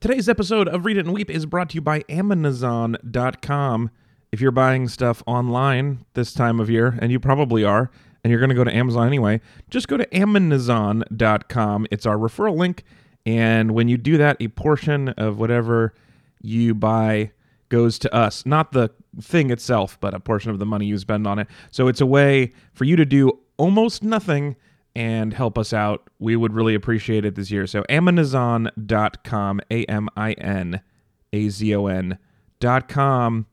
Today's episode of Read It and Weep is brought to you by Amazon.com. If you're buying stuff online this time of year, and you probably are, and you're going to go to Amazon anyway, just go to Amazon.com. It's our referral link. And when you do that, a portion of whatever you buy goes to us, not the thing itself, but a portion of the money you spend on it. So it's a way for you to do almost nothing and help us out. We would really appreciate it this year. So Amazon.com, A M I N A Z O N.com.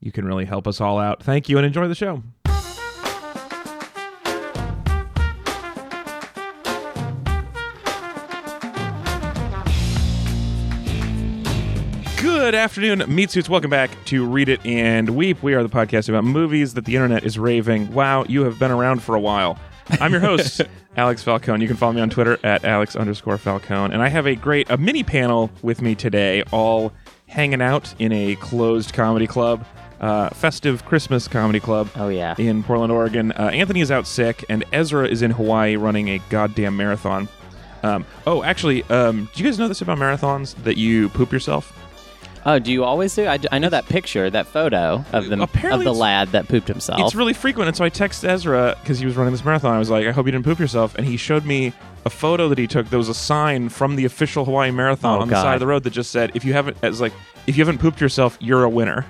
You can really help us all out. Thank you and enjoy the show. Good afternoon, meat suits. Welcome back to Read It and Weep. We are the podcast about movies that the internet is raving. Wow, you have been around for a while. I'm your host, Alex Falcone. You can follow me on Twitter at Alex underscore Falcone. And I have a great a mini panel with me today, all hanging out in a closed comedy club, uh, festive Christmas comedy club Oh yeah. in Portland, Oregon. Uh, Anthony is out sick, and Ezra is in Hawaii running a goddamn marathon. Um, oh, actually, um, do you guys know this about marathons that you poop yourself? Oh, do you always do? I, I know that picture, that photo of the Apparently of the it's- lad that pooped himself. It's really frequent. And so I text Ezra because he was running this marathon. I was like, I hope you didn't poop yourself. And he showed me a photo that he took. There was a sign from the official Hawaii Marathon Oh, on the God. side of the road that just said, if you haven't, it's like, if you haven't pooped yourself, you're a winner.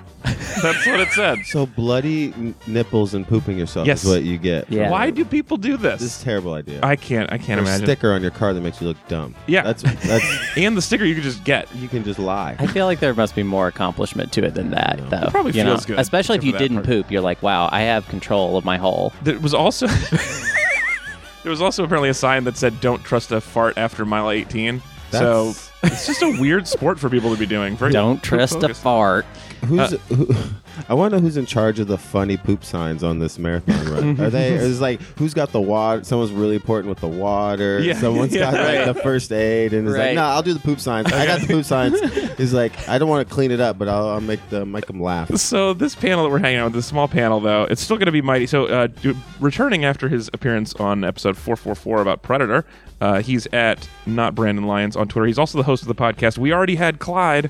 That's what it said. So bloody n- nipples and pooping yourself Yes. is what you get. Yeah. Why do people do this? This is a terrible idea. I can't. I can't There's imagine. a sticker on your car that makes you look dumb. Yeah. That's that's And the sticker you could just get. you can just lie. I feel like there must be more accomplishment to it than that, though. It probably you feels know? good, Especially if except you for that didn't part. poop, you're like, wow, I have control of my hole. There was also there was also apparently a sign that said "Don't trust a fart after mile 18." So That's- it's just a weird sport for people to be doing. Very Don't trust a focused. fart. Uh, Who's who, I want to know who's in charge of the funny poop signs on this marathon run. Are they? Is like who's got the water? Someone's really important with the water. Yeah. Someone's Yeah, got right. like the first aid, and it's Right. like, no, I'll do the poop signs. I got the poop signs. He's like, I don't want to clean it up, but I'll, I'll make the make them laugh. So this panel that we're hanging out with, this small panel though, it's still going to be mighty. So uh, d- returning after his appearance on episode 444 about Predator, uh, he's at not Brandon Lyons on Twitter. He's also the host of the podcast. We already had Clyde,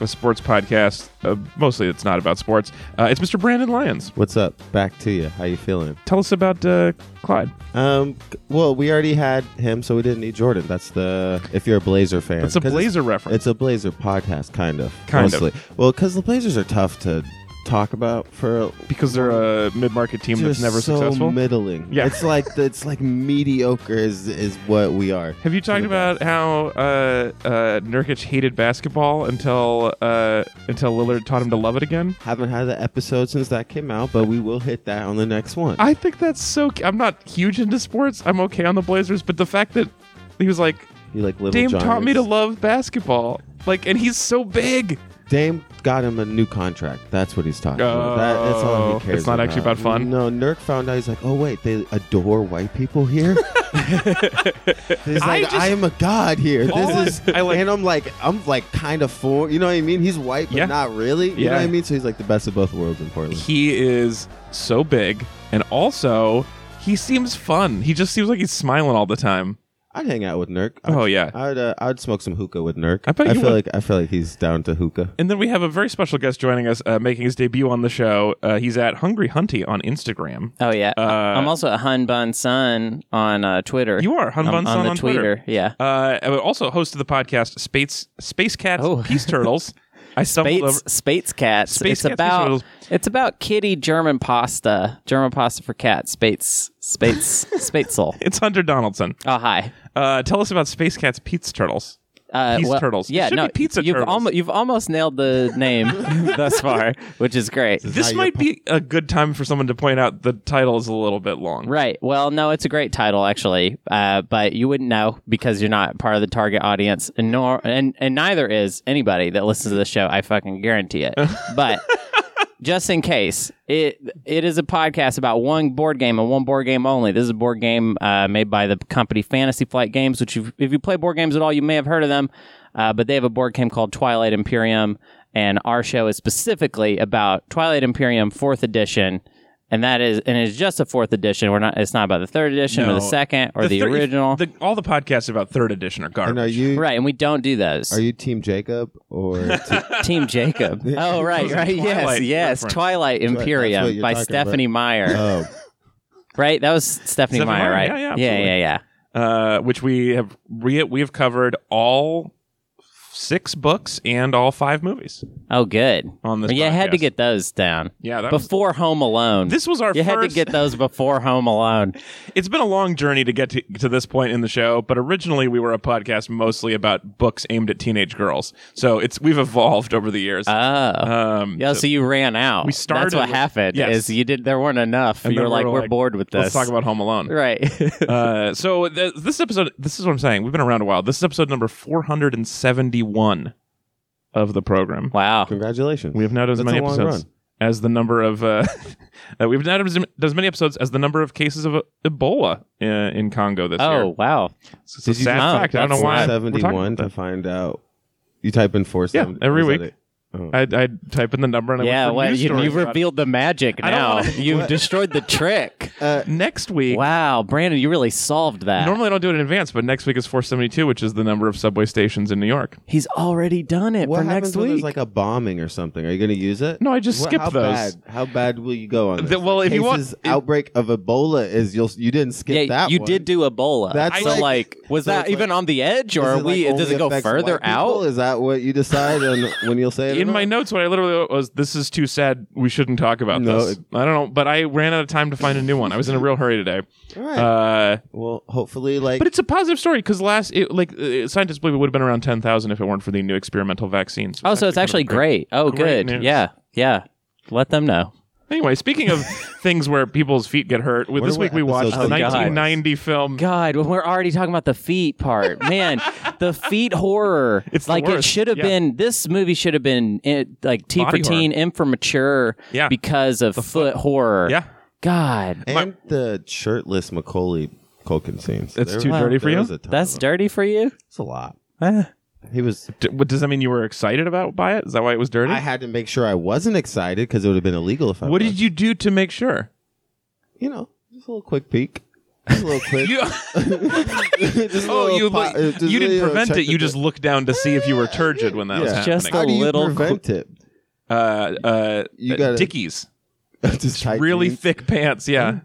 a sports podcast. Uh, mostly, it's not about sports. Uh, it's Mr. Brandon Lyons. What's up? Back to you. How you feeling? Tell us about uh, Clyde. Um, c- well, we already had him, so we didn't need Jordan. That's the if you're a Blazer fan. That's a 'Cause Blazer it's, reference. It's a Blazer podcast, kind of. Kind of. mostly. Well, because the Blazers are tough to talk about for because they're a mid-market team they're that's never so successful. middling. Yeah. it's like it's like mediocre is is what we are. Have you talked the about how uh, uh, Nurkic hated basketball until uh, until Lillard taught him to love it again? Haven't had an episode since that came out, but we will hit that on the next one. I think that's so. cu- I'm not huge into sports. I'm okay on the Blazers, but the fact that he was like, you like little Dame taught me to Giants. love basketball. Like, and he's so big. Dame got him a new contract. That's what he's talking about. That, that's all Oh, he cares it's not actually about fun? No, Nurk found out. He's like, oh, wait, they adore white people here? he's I like, I, just- am a god here. All I- This is, I like- and I'm like, I'm like kind of for, you know what I mean? He's white, but Yeah. not really. You Yeah. know what I mean? So he's like the best of both worlds in Portland. He is so big, and also he seems fun. He just seems like he's smiling all the time. I'd hang out with Nurk. I'd, Oh yeah. I'd, uh, I'd smoke some hookah with Nurk. I bet you feel would. like I feel like he's down to hookah. And then we have a very special guest joining us, uh, making his debut on the show. Uh, he's at Hungry Hunty on Instagram. Oh yeah. Uh, I'm also a Hun Bun Sun on uh, Twitter. You are Hun I'm Bun Son the on Twitter. Yeah. Uh, and also host of the podcast Space Space Cats Oh. Peace Turtles. I stumbled over. Spates, Spates cats. Spates it's cats, about Spates turtles. it's about kitty German pasta, German pasta for cats. Spates, Spates, Spatesel. It's Hunter Donaldson. Oh hi. Uh, tell us about Space Cats Pete's Turtles. Uh, Peace turtles. It Yeah, should no, be pizza you've turtles. almo- you've almost nailed the name thus far, which is great. This your might be a good time for someone to point out the title is a little bit long. Right. Well, no, it's a great title actually, uh, but you wouldn't know because you're not part of the target audience, and nor and and neither is anybody that listens to the show. I fucking guarantee it. But. Just in case, it it is a podcast about one board game and one board game only. This is a board game uh, made by the company Fantasy Flight Games, which you've, if you play board games at all, you may have heard of them. Uh, but they have a board game called Twilight Imperium, and our show is specifically about Twilight Imperium Fourth Edition and that is and it's just a fourth edition. We're not. It's not about the third edition or No. the second or the, thir- original. the- all the podcasts about third edition are And are garbage. you right, and we don't do those. are you Team Jacob or te- Team Jacob. Oh, right, a right. Yes, Twilight yes. reference. Twilight that's what Imperium you're by talking Stephanie Meyer. oh, right, that was Stephanie, Stephanie Meyer, Meyer, right? yeah, yeah, yeah, absolutely. yeah, yeah. uh, which we have re- we have covered all six books and all five movies Oh, good. on this. Well, you had to podcast. get those down yeah. That was, before Home Alone. this was our you first. had to get those before Home Alone. it's been a long journey to get to, to this point in the show, but originally we were a podcast mostly about books aimed at teenage girls. So it's we've evolved over the years. Oh, um, yeah. So, you ran out. we started That's what with- happened. Yes. Is you did there weren't enough. And you then were we like, were we're like, bored with let's this. talk about Home Alone. right. uh, so th- this episode, this is what I'm saying. We've been around a while. This is episode number 471 of the program. wow. congratulations. We have now done as That's many a long episodes as the number of. Uh, uh, we've now done as- done as many episodes as the number of cases of uh, Ebola in, in Congo this year. Oh, wow. It's a Did you sad just- fact. I don't know that's why. we're talking about Seventy-one to find out. You type in four. Yeah, every week. Oh. that. I'd, I'd type in the number and I Yeah. went for Well, news you, stories you about it. revealed the magic I don't now. wanna- You've destroyed the trick. next week. Wow, Brandon, you really solved that. Normally I don't do it in advance, but next week is 472, which is the number of subway stations in New York. He's already done it what for happens next when week. there's like a bombing or something? Are you going to use it? No, I just What- skip how those. Bad, how bad will you go on this? The- well, Like, if you want- cases outbreak of Ebola is you'll you didn't skip yeah, that. you one. did do Ebola. That's so like- like, was so that it's even like- on the edge, or Is are it, we? like, does only it go affects further white people? out? Is that what you decide on when you'll say it? or In my not? notes, what I literally wrote was this is too sad. We shouldn't talk about No, this. it- I don't know, but I ran out of time to find a new one. I was in a real hurry today. All right. Uh, well, hopefully, like But it's a positive story because last, it, like, uh, scientists believe it would have been around 10,000 if it weren't for the new experimental vaccines. Oh, so it's actually great. Oh, Great good. news. Yeah, yeah. Let them know. Anyway, speaking of things where people's feet get hurt, with Wonder this week what we watched the episode that was. 1990 film. God, when we're already talking about the feet part, man, the feet horror. It's the like it worst, should have yeah. been. This movie should have been eh, like T for Body horror. teen, M for mature. Yeah. because of foot horror. Yeah. God, and the shirtless Macaulay Culkin scenes. It's There- too dirty for there you? was a ton that's of dirty for you. them. That's a lot. Eh. He was. D- what, does that mean you were excited about by it? Is that why it was dirty? I had to make sure I wasn't excited because it would have been illegal if I. what was. did you do to make sure? You know, just a little quick peek. Just a little quick. You, oh, Just a oh, little you, pop- look- uh, just you really, didn't know, prevent check it. You the- just looked down to see if you were turgid when that was Yeah. happening. Just How a do you little prevent it? uh, uh, You gotta- Dickies. Just tight Really jeans? thick pants. Yeah.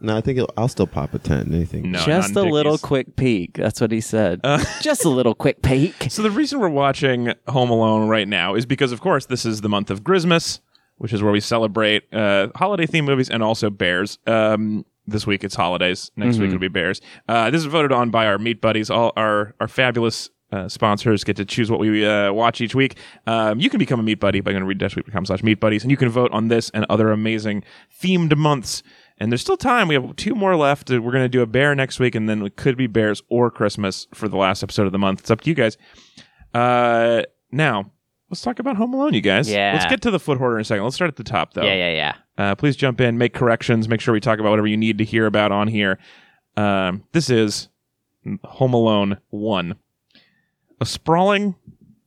No, I think it'll, I'll still pop a ten. Anything? No, Just a not in little Dickies. quick peek. That's what he said. Just a little quick peek. So the reason we're watching Home Alone right now is because, of course, this is the month of Christmas, which is where we celebrate uh, holiday themed movies and also bears. Um, this week it's holidays. Next week it'll be bears. Uh, this is voted on by our meat buddies. All our our fabulous. Uh, sponsors get to choose what we uh, watch each week. Um, you can become a meat buddy by going to read-week.com slash meat buddies, and you can vote on this and other amazing themed months. And there's still time. We have two more left. Uh, We're going to do a bear next week, and then it could be bears or Christmas for the last episode of the month. It's up to you guys. Uh, now let's talk about Home Alone, you guys. Yeah. Let's get to the foot hoarder in a second. Let's start at the top, though. Yeah, yeah, yeah. Uh, please jump in, make corrections, make sure we talk about whatever you need to hear about on here. Um, this is Home Alone One. A sprawling,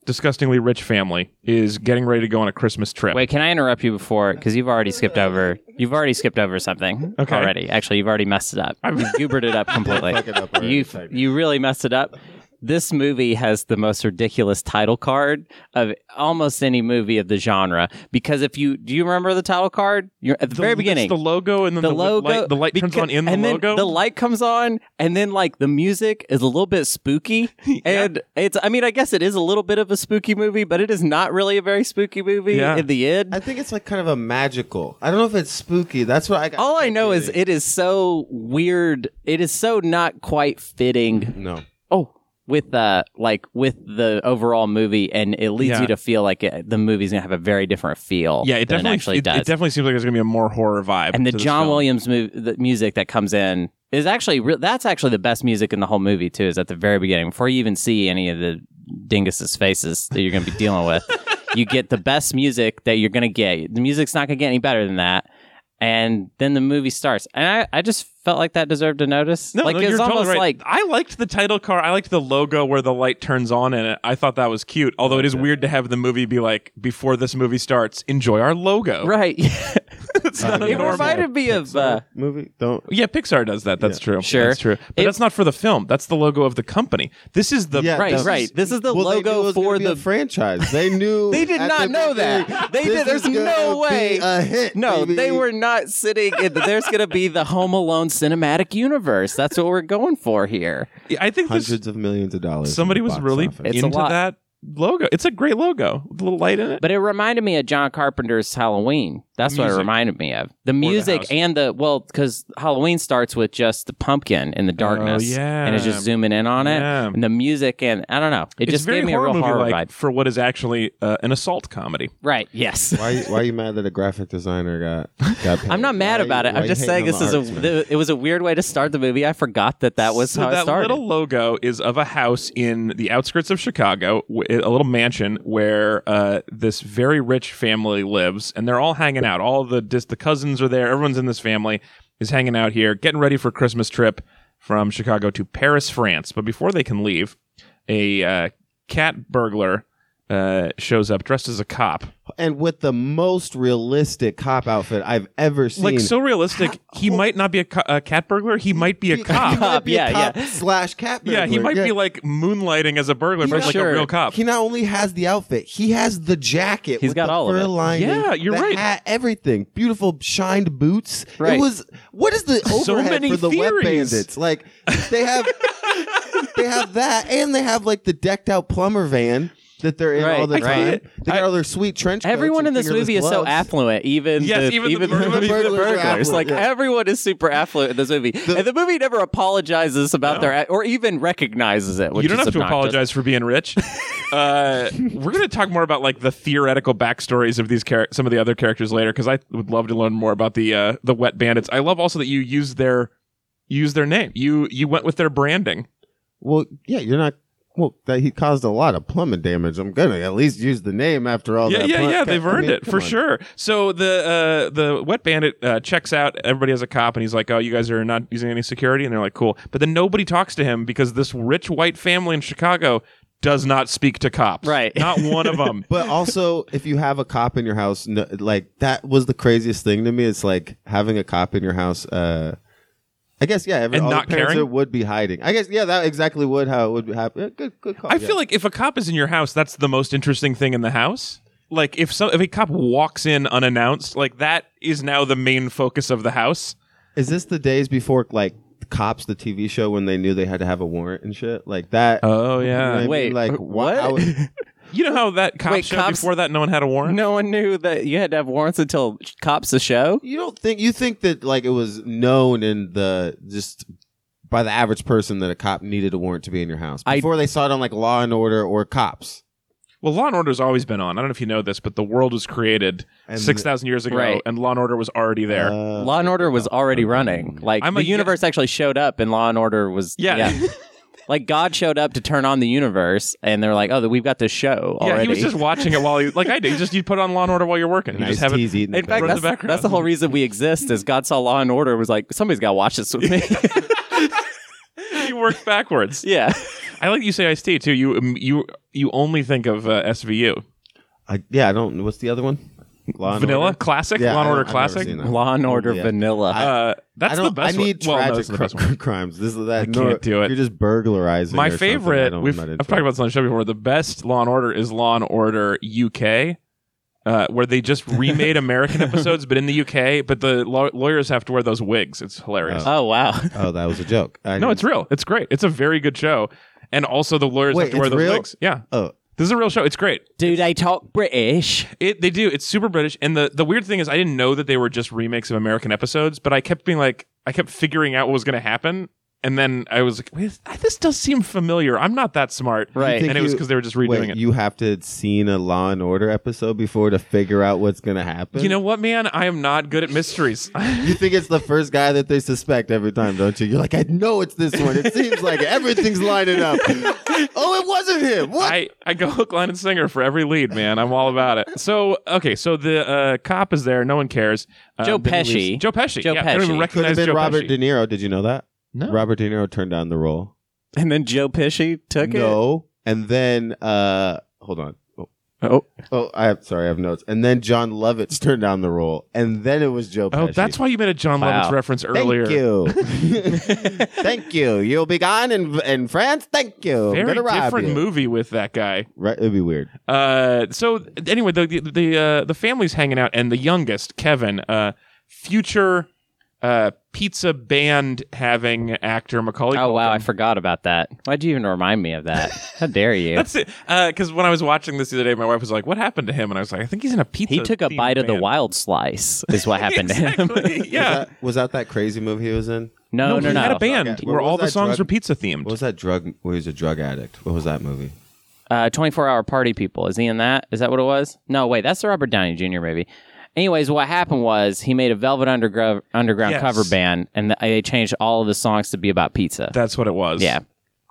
disgustingly rich family is getting ready to go on a Christmas trip. Wait, can I interrupt you before? Because you've already skipped over. You've already skipped over something Okay. already. Actually, you've already messed it up. You've goobered it up completely. it up already. you you really messed it up. This movie has the most ridiculous title card of almost any movie of the genre. Because if you do, you remember the title card? You're at the, The- very it's beginning. the logo, and then the the, logo light, the light turns beca- on in the and then logo. the light comes on and then like the music is a little bit spooky and it's i mean i guess it is a little bit of a spooky movie but it is not really a very spooky movie Yeah. in the end I think it's like kind of a magical. I don't know if it's spooky. That's what I got. all i know is it is so weird it is so not quite fitting No. oh with uh like with the overall movie and it leads Yeah. you to feel like it, the movie's gonna have a very different feel yeah, it than definitely it actually it, does it definitely seems like there's going to be a more horror vibe. and the to this John film. Williams move, the music that comes in is actually re- that's actually the best music in the whole movie too. Is at the very beginning before you even see any of the dinguses' faces that you're going to be dealing with. you get the best music that you're going to get. The music's not going to get any better than that. And then the movie starts, and I, I just felt like that deserved a notice. No, like no, it's you're almost totally right. like I liked the title card. I liked the logo where the light turns on in it. I thought that was cute. Although it is weird to have the movie be like, before this movie starts, enjoy our logo. right. That's not a it normal. reminded me of uh, movie. Don't. yeah, Pixar does that. That's true. Sure. that's true. But It- that's not for the film. That's the logo of the company. This is the Yeah, right, This is- right. This is the well, they knew it logo was gonna for be a the franchise. They knew. They did at not the know beginning, that. They this did. There's is gonna no be way. A hit. No, baby. they were not sitting. In the, there's going to be the Home Alone cinematic universe. That's what we're going for here. I think this, hundreds of millions of dollars. in somebody the was box really office. It's a into lot. that logo. It's a great logo with a little light in it. But it reminded me of John Carpenter's Halloween. That's what it Music. reminded me of. The music house. and the well, because Halloween starts with just the pumpkin in the darkness. Oh, yeah. and it's just zooming in on it, Yeah. and the music, and I don't know. It it's just very gave me a horror real movie horror like vibe. for what is actually uh, an assault comedy. Right? Yes. Why, why are you mad that a graphic designer got? got paid? I'm not mad Why- about it. why I'm you just hating saying this on the is a. arts, man? the- it was a weird way to start the movie. I forgot that that was so how that it started. little logo is of a house in the outskirts of Chicago, w- a little mansion where uh, this very rich family lives, and they're all hanging out. All the dis- the cousins are there. Everyone's in this family is hanging out here, getting ready for a Christmas trip from Chicago to Paris, France. But before they can leave, a uh, cat burglar uh, shows up dressed as a cop. and with the most realistic cop outfit I've ever seen. Like so realistic, he might not be a, co- a cat burglar. He might be a He cop. might be Yeah, a cop yeah. slash cat. Yeah, he burglar. might be like moonlighting as a burglar, but Yeah, like sure. a real cop. He not only has the outfit, he has the jacket. He's with got the all of fur it. Lining, Yeah, you're the right. Hat, everything, beautiful shined boots. Right. It was what is the So overhead many for the wet theories. bandits? Like they have, they have that, and they have like the decked out plumber van that they're in Right, all the I get time. it. They got I- all their sweet trench. coats Everyone and in this fingerless movie is so gloves. affluent. Even Yes, the, even the burglars- the burglars are burglars. affluent, Like yeah. everyone is super affluent in this movie, and the movie never apologizes about their or even recognizes it. Which you don't is have to obnoxious. apologize for being rich. uh, we're going to talk more about like the theoretical backstories of these char- some of the other characters later because I would love to learn more about the uh, the wet bandits. I love also that you used their use their name. You you went with their branding. Well, yeah, you're not. Well, that he caused a lot of plumbing damage. I'm gonna at least use the name after all yeah, Oh, that. yeah, plu- yeah. They've I mean, earned it come for on. sure. So the uh, the wet bandit uh, checks out everybody as a cop, and he's like, "Oh, you guys are not using any security," and they're like, "Cool." But then nobody talks to him because this rich white family in Chicago does not speak to cops. Right. not one of them. But also, if you have a cop in your house, no, like that was the craziest thing to me. It's like having a cop in your house. Uh, I guess yeah, every, And all the not parents caring? there would be hiding. I guess yeah, that exactly would how it would happen. Yeah, Good, good call. I yeah. feel like if a cop is in your house, that's the most interesting thing in the house. Like if some if a cop walks in unannounced, like that is now the main focus of the house. is this the days before like cops, the TV show, when they knew they had to have a warrant and shit like that? Oh You know what I mean? Wait, like what? I was- You know how that cop Wait, show cops- before that no one had a warrant? No one knew that you had to have warrants until cops a show. You don't think you think that like it was known in the just by the average person that a cop needed a warrant to be in your house I- before they saw it on like Law and Order or Cops. Well, Law and Order's always been on. I don't know if you know this, but the world was created And- six thousand years ago, Right. and Law and Order was already there. Uh, Law and Order was already running. Like I'm the a- universe actually showed up, and Law and Order was Yeah. like God showed up to turn on the universe, and they're like, "Oh, we've got this show yeah, already." he was just watching it while you like I did. You just you put on Law and Order while you're working. You Nice just have tease, it. Eden. In fact, Or in the that's, background. that's the whole reason we exist. Is God saw Law and Order and was like, somebody's got to watch this with me. You work backwards. yeah, I like you say Ice T too. You um, you you only think of uh, SVU, I, yeah, I don't. What's the other one? Law and Vanilla Order? classic, Yeah, Law I and Order don't- I've never classic. seen that. Law and Order Yeah. Vanilla. Uh, that's I the don't. best. I need one. Well, no, tragic that's the best one. cri- crimes. This is that. I can't do it. You're just burglarizing. My or something. I favorite. don't- We've, I'm not I've into talked it. about this on the show before. The best Law and Order is Law and Order UK, uh, where they just remade American episodes, but in the UK. But the law- lawyers have to wear those wigs. It's hilarious. oh wow, Oh, that was a joke. I no, didn't- it's real. It's great. It's a very good show. And also, the lawyers Wait, have to wear it's those real? wigs. Yeah. Oh, This is a real show. It's great. do they talk British? It they do. It's super British. And the the weird thing is, I didn't know that they were just remakes of American episodes, but I kept being like, I kept figuring out what was going to happen. And then I was like, Wait, this does seem familiar. I'm not that smart, Right. And Think it was you- because they were just redoing wait. it. You have to have seen a Law and Order episode before to figure out what's gonna happen. You know what, man? I am not good at mysteries. You think it's the first guy that they suspect every time, don't you? You're like, I know it's this one. It seems like it. everything's lining up. oh, it wasn't him. What? I, I go hook, line, and singer for every lead, man. I'm all about it. So, okay, so the uh, cop is there. No one cares. Uh, Joe then he Pesci. leaves- Joe Pesci. Joe yeah, I don't even Pesci. recognize Could have been Joe Robert Pesci. De Niro. Did you know that? No. Robert De Niro turned down the role. And then Joe Pesci took it. no. And then, uh, hold on. Oh, Oh, Oh, I have, sorry, I have notes. And then John Lovitz turned down the role, and then it was Joe. Oh, Pesci. that's why you made a John Wow. Lovitz reference Thank earlier. you. Thank you. You'll be gone in in France. Thank you. I'm Very gonna rob different you. movie with that guy. Right, it'd be weird. Uh, so anyway, the the the, uh, the family's hanging out, and the youngest, Kevin, uh, future uh, pizza band having actor Macaulay. oh wow, I Culkin. forgot about that. Why'd you even remind me of that? How dare you? That's it. Because when I was watching this the other day, my wife was like, "What happened to him?" And I was like, "I think he's in a pizza." he took a themed bite of the band." wild slice. Is what happened to him. Exactly. Was yeah. that, was that that crazy movie he was in? No, no, he no. had a band Okay. where What was all the that songs drug- were pizza themed. What was that drug? Where he was a drug addict. What was that movie? uh, 24 hour party people. Is he in that? Is that what it was? No, wait, that's the Robert Downey Jr. movie. Anyways, what happened was he made a Velvet Undergro- Underground Yes. cover band, and th- they changed all of the songs to be about pizza. That's what it was. Yeah.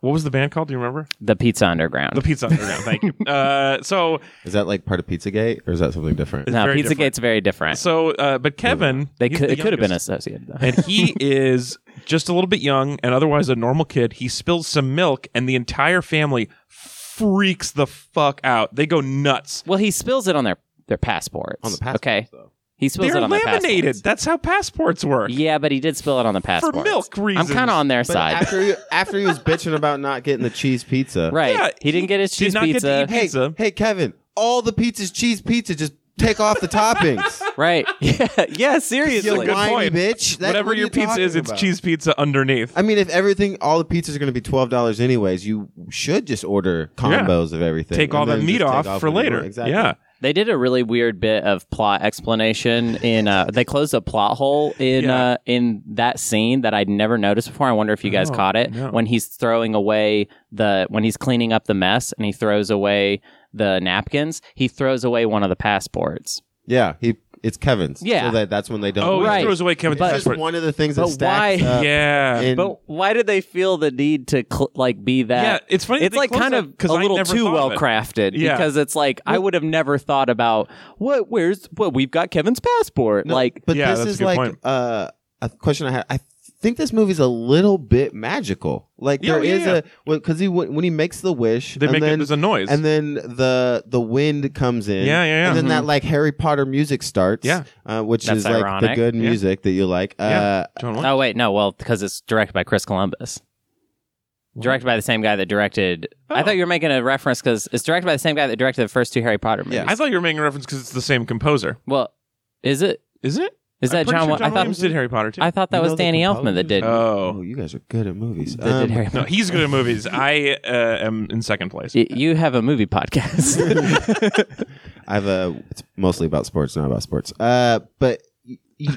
What was the band called? Do you remember? the Pizza Underground. The Pizza Underground. Thank you. Uh, so, Is that like part of PizzaGate, or is that something different? no, very Pizza different. Gate's very different. so, uh, but Kevin, they he's could, the it could have been youngest, associated. Though. and he is just a little bit young and otherwise a normal kid. He spills some milk, and the entire family freaks the fuck out. They go nuts. Well, he spills it on their their passports. On the passports, Okay. though. He spills They're it on the laminated. passports. That's how passports work. Yeah, but he did spill it on the passports milk reasons. I'm kind of on their But side. after he, after he was bitching about not getting the cheese pizza, right. Yeah, he didn't get his did cheese not get to pizza. eat Hey, Pizza. hey, Kevin, all the pizzas cheese pizza. Just take off the toppings. Right. Yeah. Yeah, You seriously. good whiny point. bitch. That's Whatever what your you're pizza talking is, it's about. cheese pizza underneath. I mean, if everything, all the pizzas are going to be twelve dollars anyways. You should just order combos of everything. Take all and that then meat just take off for what you later. want. Exactly. Yeah. They did a really weird bit of plot explanation in uh they closed a plot hole in Yeah. uh in that scene that I'd never noticed before. I wonder if you guys No, caught it no. when he's throwing away the when he's cleaning up the mess and he throws away the napkins, he throws away one of the passports. Yeah. He. It's Kevin's. Yeah. So that, that's when they don't. Oh, win. Right. he throws away Kevin's It's just passport. one of the things But that stacks why- up Yeah. in- But why did they feel the need to cl- like be yeah, that? it's funny. that it's they like close kind that, of a 'cause I little never too thought of well it. crafted Yeah. because it's like I would have never thought about what where's what we've got Kevin's passport No, like but Yeah, this that's a is good like point. Uh, a question I had. I think this movie's a little bit magical. Like Yeah, there yeah, is yeah. a because he when when he makes the wish, They and make it then, as a noise. and then the the wind comes in. Yeah, yeah, yeah. And then Mhm. that like Harry Potter music starts. Yeah. uh, which Mm-hmm. That's is like ironic. the good Yeah. music that you like. Yeah. Uh, John Wayne. Oh wait, no. Well, because it's directed by Chris Columbus. Directed by the same guy that directed. I Oh. thought you were making a reference because it's directed by the same guy that directed the first two Harry Potter movies. Yeah. I thought you were making a reference because it's the same composer, well, is it? isn't it? Is I'm that pretty John? Sure Wa- John I thought Williams did Harry Potter too. I thought that You was know the Danny Elfman that did. composers? oh Oh, you guys are good at movies. that did Um, Harry no, Potter. he's good at movies. I uh, am in second place. Y- You have a movie podcast. I have a. It's mostly about sports, not about sports. Uh, but. y- y-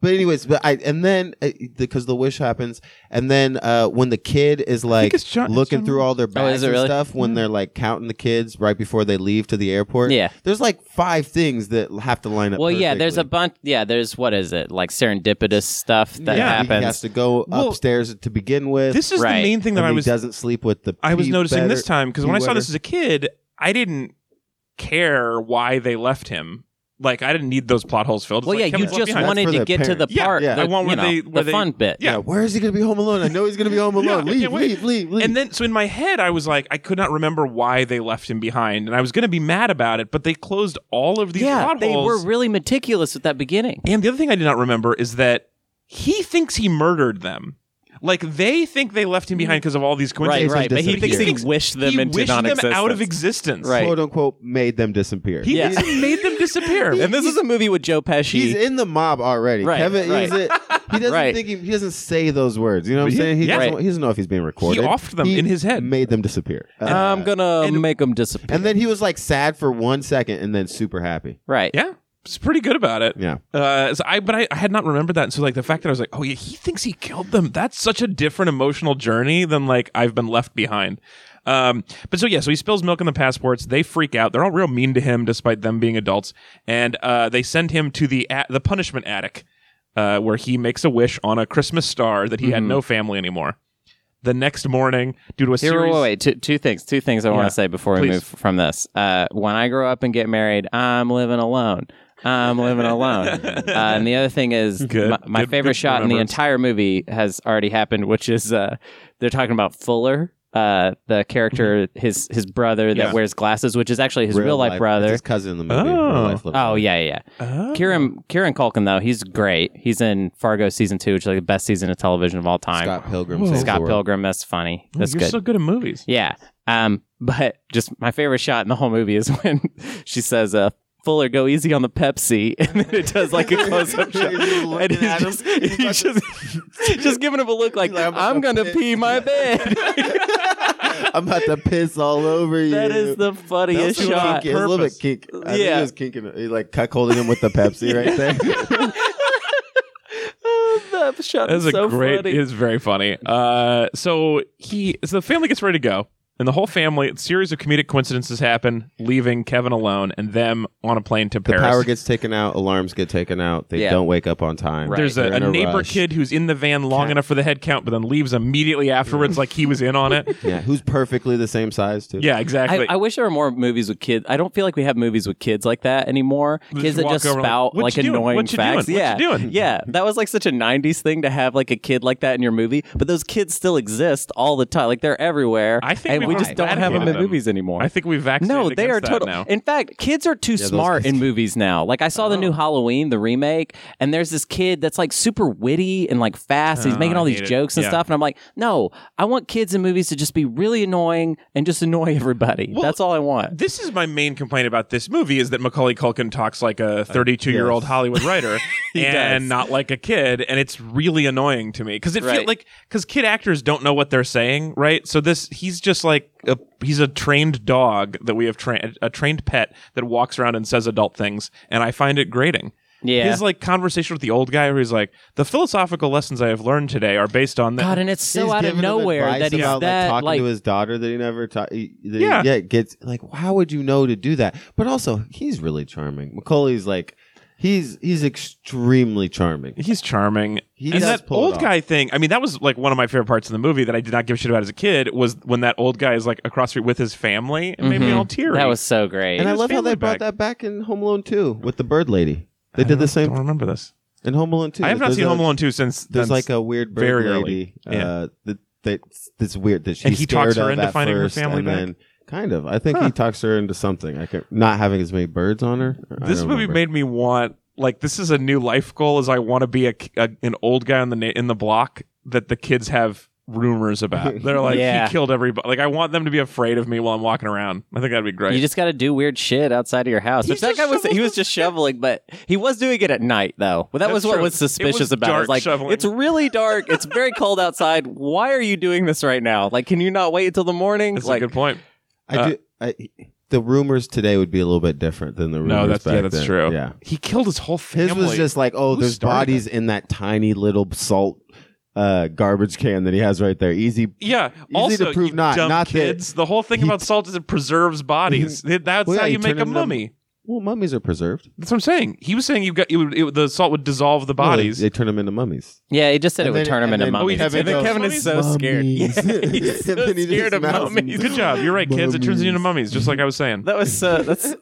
But anyways, but I and then because the wish happens, and then uh, when the kid is like it's John- looking John- through all their Oh, is bags it and really? Mm-hmm. stuff, when they're like counting the kids right before they leave to the airport, Yeah. there's like five things that have to line up. well, yeah. There's a perfectly. bunch. Yeah, there's what is it like serendipitous stuff that Yeah. He has happens. to go Well, upstairs to begin with. This is the Right. main thing that and I he was doesn't sleep with the. I was pea noticing this better- time because when I saw pea this as a kid, I didn't care why they left him. Like I didn't need those plot holes filled. It's Well, like, yeah. You Kevin's left just behind. wanted That's for to the get to the parents. Yeah, part. yeah. the, I want where you know, they- where the they- fun bit. Yeah. Yeah, where is he going to be home alone? I know he's going to be home alone. Yeah, I leave, can't wait. leave, leave, leave. And then, so in my head, I was like, I could not remember why they left him behind, and I was going to be mad about it. But they closed all of these Yeah, plot they holes. were really meticulous at that beginning. And the other thing I did not remember is that he thinks he murdered them. Like they think they left him behind because of all these Mm. Right, coincidences. right. But he disappear. thinks He he thinks wished them he into wished them non-existence. out of existence. Right. quote unquote made them disappear. He Yeah. thinks he made them disappear. And this is a movie with Joe Pesci. He's in the mob already. Right, Kevin, right. he's a- he doesn't Right. think he, he doesn't say those words. You know what I'm Yeah, saying? He, yeah. doesn't, Right. he doesn't know if he's being recorded. offed them in his head. Made them disappear. Uh, I'm gonna make them disappear. and then he was like sad for one second and then super happy. right. yeah, it's pretty good about it. Yeah. Uh, so I, but I, I had not remembered that. And so like the fact that I was like, oh yeah, he thinks he killed them. That's such a different emotional journey than like I've been left behind. Um, but so yeah, so he spills milk on the passports. They freak out. They're all real mean to him, despite them being adults. And uh, they send him to the a- the punishment attic, uh, where he makes a wish on a Christmas star that he Mm-hmm. had no family anymore. The next morning, due to a Here, series, wait, wait, two, two things. Two things I Yeah. want to say before we Please. move from this. Uh, when I grow up and get married, I'm living alone. I'm living alone. Uh, and the other thing is, Good. my, my Good- favorite good shot in the remembrance. entire movie has already happened, which is uh, they're talking about Fuller uh, the character, his his brother that Mm-hmm. Yeah. wears glasses, which is actually his real, life, it's brother. his cousin in the movie. Oh. Real life Oh yeah, yeah. yeah. Oh. Kieran Kieran Culkin though, he's great. He's in Fargo season two, which is like the best season of television of all time. Scott Pilgrim. Whoa. saves the Scott world. Pilgrim, that's funny. Oh, That's You're good. so good at movies. Yeah. Um, but just my favorite shot in the whole movie is when she says, uh, Fuller, go easy on the Pepsi, and then it does like a close up shot. He's just looking And he's at him. just, he's just, just giving him a look like, He's like, I'm, "I'm about to gonna pee my bed. I'm about to piss all over you. that is the That funniest was too shot. kinky. It was a little bit kink. I think Yeah. he was kinking. it. He like cuckolding him with the Pepsi right there. Oh, that shot That's is so a great. funny. It's very funny. Uh, so he, so the family gets ready to go, and the whole family. A series of comedic coincidences happen, leaving Kevin alone and them on a plane to the Paris. power gets taken out. Alarms get taken out. They Yeah. don't wake up on time. Right. There's a, They're in a neighbor rush. kid who's in the van long enough for the head count, but then leaves immediately afterwards, like he was in on it. Yeah, who's perfectly the same size too. Yeah, exactly. I, I wish there were more movies with kids. I don't feel like we have movies with kids like that anymore. Just kids that walk just over like, spout "What like you doing? annoying What you facts. doing? Yeah, What you doing? yeah, that was like such a '90s thing to have like a kid like that in your movie. But those kids still exist all the time. Like they're everywhere. I think and we've we just don't have them in eradicated them. movies anymore. I think we've vaccinated. no, they are against that total. now. In fact, kids are too smart in movies now. Like I saw the new Halloween, the remake, and there's this kid that's like super witty and like fast. and he's Oh, making I all these hate it. jokes and Yeah. stuff, and I'm like, no, I want kids in movies to just be really annoying and just annoy everybody. Well, that's all I want. This is my main complaint about this movie is that Macaulay Culkin talks like a 32 year old Yes. Hollywood writer and Uh, does. not like a kid, and it's really annoying to me because it feels Right. like because kid actors don't know what they're saying, right? So this he's just like a, he's a trained dog that we have trained a trained pet that walks around and says adult things, and I find it grating. Yeah. his like conversation with the old guy where he's like, the philosophical lessons I have learned today are based on that. God, and it's so He's out of giving him nowhere advice that he's about, like, that talking like. to his daughter that he never talked. Yeah. Yeah, yeah, it gets like how would you know to do that? But also, he's really charming. Macaulay's like, he's he's extremely charming. He's charming. He and does that pull it old off. guy thing, I mean, that was like one of my favorite parts in the movie that I did not give a shit about as a kid was when that old guy is like across the street with his family and made me Mhm. all teary. That was so great. And I his love how family they back. brought that back in Home Alone 2 with the bird lady. They I did don't- the same don't remember this. in Home Alone 2. I have not There's seen a- Home Alone 2 since. There's since- like a weird bird very lady. early. Yeah. Uh, that, that's, that's weird that she's And he talks scared her of into at finding her first, family and back? Then, kind of. I think Huh. he talks her into something. I could, not having as many birds on her. I this don't movie remember. made me want like this is a new life goal is I want to be a, a- an old guy in the na- in the block that the kids have rumors about. They're like Yeah. he killed everybody. Like I want them to be afraid of me while I'm walking around. I think that'd be great. You just got to do weird shit outside of your house. He Which that just guy was he shovels was his just shoveling, but he was doing it at night though. Well, that That's was what true. was suspicious It was about. it. It was dark like shoveling. it's really dark. It's very cold outside. Why are you doing this right now? Like, can you not wait until the morning? That's like, a good point. I uh, do. I, the rumors today would be a little bit different than the rumors. No, that's back yeah, that's then. true. Yeah, He killed his whole his family. was just like, oh, Who there's started bodies in that tiny little salt uh, garbage can that he has right there. Easy. Yeah. Easy also, to prove you not- dumb not that- kids. the whole thing he- about salt is it preserves bodies. That's Well, yeah, how he you make turned a into- mummy. Well, mummies are preserved. That's what I'm saying. He was saying you got it would, it, the salt would dissolve the bodies. Well, they, they turn them into mummies. yeah, he just said And it would then- turn him and into then- Oh, mummies. he and then did Kevin those. is so scared. Yeah, Mummies. he's And so then he just scared of mouths mummies. Good job. You're right, kids. It turns you into mummies, just like I was saying. That was so. That's.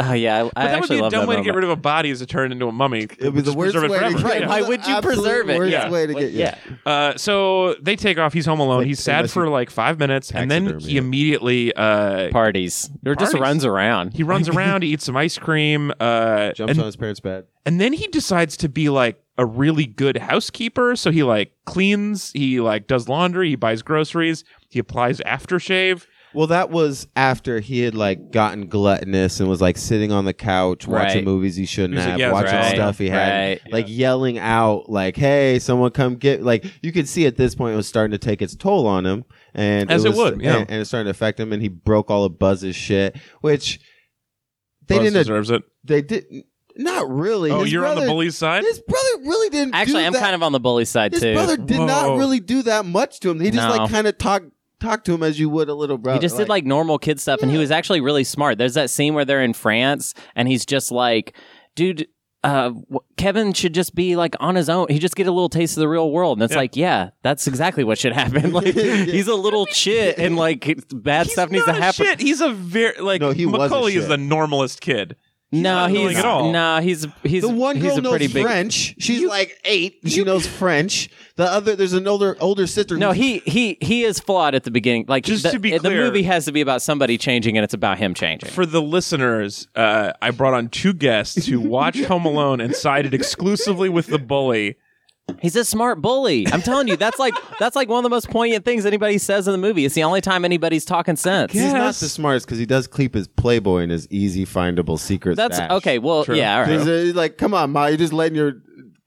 Oh yeah, I, I but that would actually be a love dumb that way to get moment. rid of a body is to turn it into a mummy. It was the Just worst preserve way it to forever. get Right, Yeah. why would you Absolute preserve it? Worst Yeah. way to get you. yeah. Uh, so they take off. He's home alone. Like, He's sad unless you- for like five minutes, and then Taxidermy he it. immediately uh, parties. Or just Parties. runs around. he runs around. he eats some ice cream. Uh, Jumps and on his parents' bed. And then he decides to be like a really good housekeeper. So he like cleans, he like does laundry, he buys groceries, he applies aftershave. Well, that was after he had like gotten gluttonous and was like sitting on the couch watching Right. movies he shouldn't He's like, have, yeah, watching right, stuff he had, right. like yelling out like, "Hey, someone come get!" Like you could see at this point it was starting to take its toll on him, and As it was- would, yeah. and, and it's starting to affect him, and he broke all of Buzz's shit, which they Buzz didn't, deserves it. they didn't, not really. Oh, His you're on brother- the bully's side. His brother really didn't. Actually, do I'm that. kind of on the bully side His too. brother did Whoa. not really do that much to him. He just No. like kind of talked talked to him as you would a little brother. He just did like normal kid stuff, and he was actually really smart. There's that scene where they're in France, and he's just like, dude. Uh, w- Kevin should just be like on his own. He just get a little taste of the real world, and it's Yeah. like, yeah, that's exactly what should happen. Like, he's a little chit, and like bad He's stuff needs to not a happen. Shit. He's a very like No, he was a Macaulay is shit. the normalest kid. no, not annoying he's at all. no, he's he's The one he's girl a knows pretty big, French. She's like eight. She knows French. The other, there's an older older sister. No, who's he he he is flawed at the beginning. Like Just the, to be the clear- movie has to be about somebody changing, and it's about him changing. For the listeners, uh, I brought on two guests who watched Home Alone and sided exclusively with the bully. He's a smart bully. I'm telling you, that's like that's like one of the most poignant things anybody says in the movie. It's the only time anybody's talking sense. guess. He's not Yes. the smartest because he does keep his Playboy in his easy findable secret. That's stash. okay. Well, True. yeah, all right. He's a- he's like, come on, Ma, you're just letting your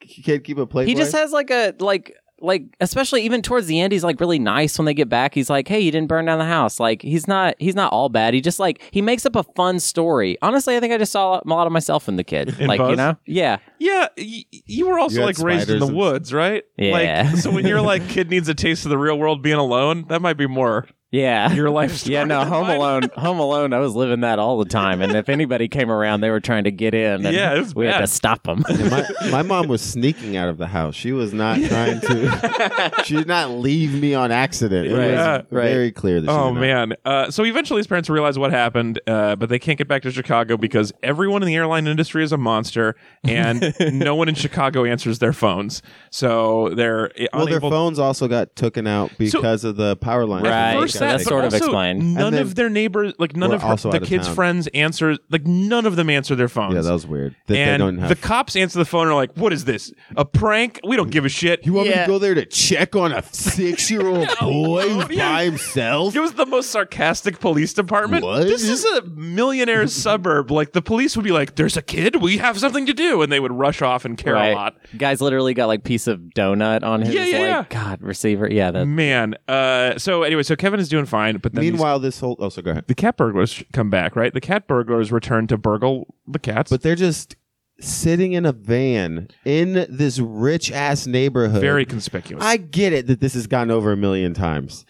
kid keep a Playboy. he just has like a like like especially even towards the end he's like really nice when they get back he's like hey you didn't burn down the house like he's not he's not all bad he just like he makes up a fun story honestly i think i just saw a lot of myself in the kid In like you Buzz? know yeah Yeah, y- you were also You had like raised in spiders the and- woods, right? Yeah. Like, so when you're like kid needs a taste of the real world being alone, that might be more yeah your life story. yeah no than home mine. alone home alone i was living that all the time and if anybody came around they were trying to get in and Yeah, it was we had to bad. stop them my, my mom was sneaking out of the house. She was not trying to. she did not leave me on accident. It Right. was Yeah, right. very clear that. She Oh did not. man! Uh, so eventually, his parents realize what happened, uh, but they can't get back to Chicago because everyone in the airline industry is a monster, and no one in Chicago answers their phones. So they're uh, Well, their unable. phones also got taken out because of the power line. Right. At Got first so that, that's but sort of also explained. None And of then- their neighbors, like none We're of her, also the out of kids' town. friends, answer. Like none of them answer their phones. Yeah, that was weird. That they and don't have. the cops answer the phone and are like, "What is this? A prank? We don't give a shit." you want me Yeah. to go there to check on a six-year-old boy who's by himself? It was the most sarcastic police department. What? This is a millionaire's suburb. Like the police would be like, "There's a kid. We have something to do," and they would rush off and care a lot. Guys literally got like piece of donut on his Yeah, yeah, like yeah. Mm. God receiver. Yeah, that Man. Uh, so anyway, so Kevin is doing fine, but then Meanwhile, this whole oh, so go ahead. these- the cat burglars come back. Right, the cat burglars return to burgle the cats. But they're just sitting in a van in this rich ass neighborhood. very conspicuous. I get it that this has gone over a million times,